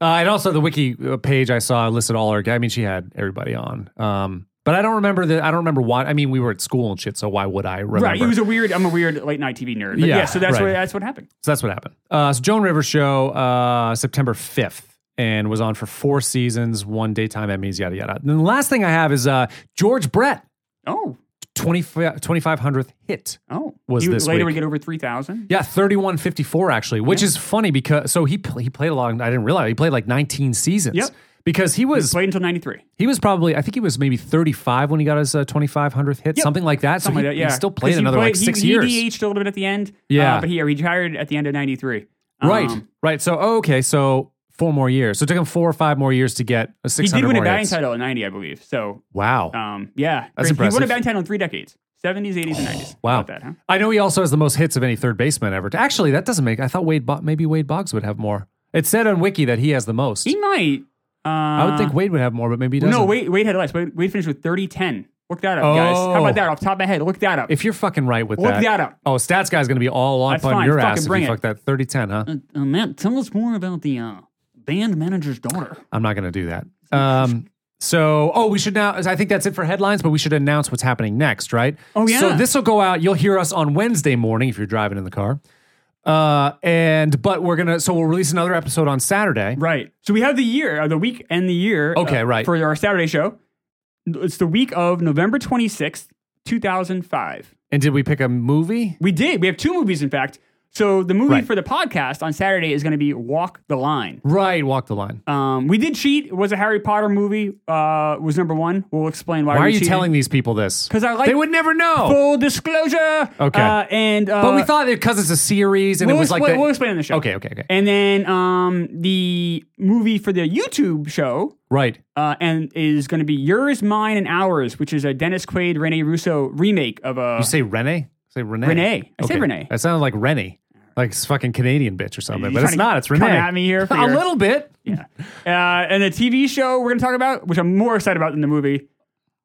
and also the wiki uh, page I saw listed all her. I mean, she had everybody on. Um, but I don't remember that. I don't remember why. I mean, we were at school and shit, so why would I remember?
Right. He was a weird. I'm a weird late night TV nerd. But
Yeah,
yeah. so that's
right.
what that's what happened.
so that's what happened. Uh, so Joan Rivers show uh, September fifth and was on for four seasons, one daytime Emmys, yada yada. And the last thing I have is uh, George Brett.
Oh.
20, 2500th hit
Oh.
Was
he,
this
later we
week.
get over three thousand.
Yeah, thirty-one fifty-four actually, which is funny because so he pl- he played a long. I didn't realize he played like nineteen seasons.
Yep.
Because he was
Played until ninety three.
he was probably I think he was maybe thirty-five when he got his uh, twenty-five hundredth hit, something like that. So
Something
he,
like that. Yeah.
he still played
'Cause he
another like
he-
six
he,
years.
DH'd a little bit at the end.
Yeah.
Uh, but he retired at the end of ninety three.
right,
um,
right. So okay, so four more years. So it took him four or five more years to get a
He
six
did
hundred
win a
more
batting
hits.
title in ninety, I believe. So
Wow.
um, yeah.
That's
He won a
impressive.
batting title in three decades. Seventies, eighties, and nineties.
Wow.
About that, huh?
I know he also has the most hits of any third baseman ever. Actually, that doesn't make. I thought Wade Bo- maybe Wade Boggs would have more. It said on Wiki that he has the most.
He might. Uh,
I would think Wade would have more, but maybe he doesn't.
No, Wade, Wade had less. Wade, Wade finished with 30 10. Look that up, guys. How
Oh.
about that? Off the top of my head, look that up.
If you're fucking right with
Look
that,
that up.
Oh, stats guy's gonna be all on
That's
fun
fine.
your
Fucking
ass if
bring
you
it.
fuck that 30 10, huh?
uh, uh, Matt, tell us more about the uh, band manager's daughter.
I'm not gonna do that. Um, so oh, we should now. I think that's it for headlines, but we should announce what's happening next, right?
Oh, yeah.
So this will go out. You'll hear us on Wednesday morning if you're driving in the car. Uh, and but we're gonna so we'll release another episode on Saturday.
Right. So we have the year, uh, the week and the year.
Okay,
uh,
right.
For our Saturday show. It's the week of November 26th, 2005.
And did we pick a movie?
We did. We have two movies, in fact. So the movie
Right.
for the podcast on Saturday is going to be Walk the Line.
Right, Walk the Line.
Um, we did cheat. It was a Harry Potter movie. Uh, was number one. We'll explain why.
Why
we
are you
cheated.
telling these people this?
'Cause I like-
They would never know.
Full disclosure.
Oh. Okay.
Uh, and uh,
but we thought that because it's a series and
we'll,
it was like
expla-
that-
we'll explain on the show.
Okay, okay, okay.
And then um, the movie for the YouTube show
right.
uh, and is going to be Yours, Mine, and Ours, which is a Dennis Quaid, Rene Russo remake of a.
You say Rene? Say Renee.
Renee. I say Renee.
That sounded like Rennie. Like it's fucking Canadian bitch or something.
You
but it's
trying to
not. It's
come
Renee.
at me here for
a
your-
little bit.
Yeah. Uh, and the TV show we're going to talk about, which I'm more excited about than the movie,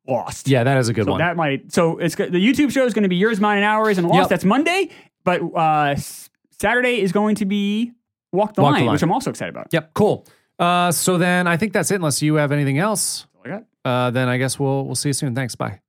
Lost.
Yeah, that is a good
So
one.
that might. So it's go- the YouTube show is going to be yours, mine, and ours, and lost.
Yep.
That's Monday, but uh, s- Saturday is going to be walk the,
Walk the
line,
Line.
which I'm also excited about.
yep. Cool. Uh, so then I think that's it. Unless you have anything else,
That's all I got.
uh, then I guess we'll we'll see you soon. Thanks. Bye.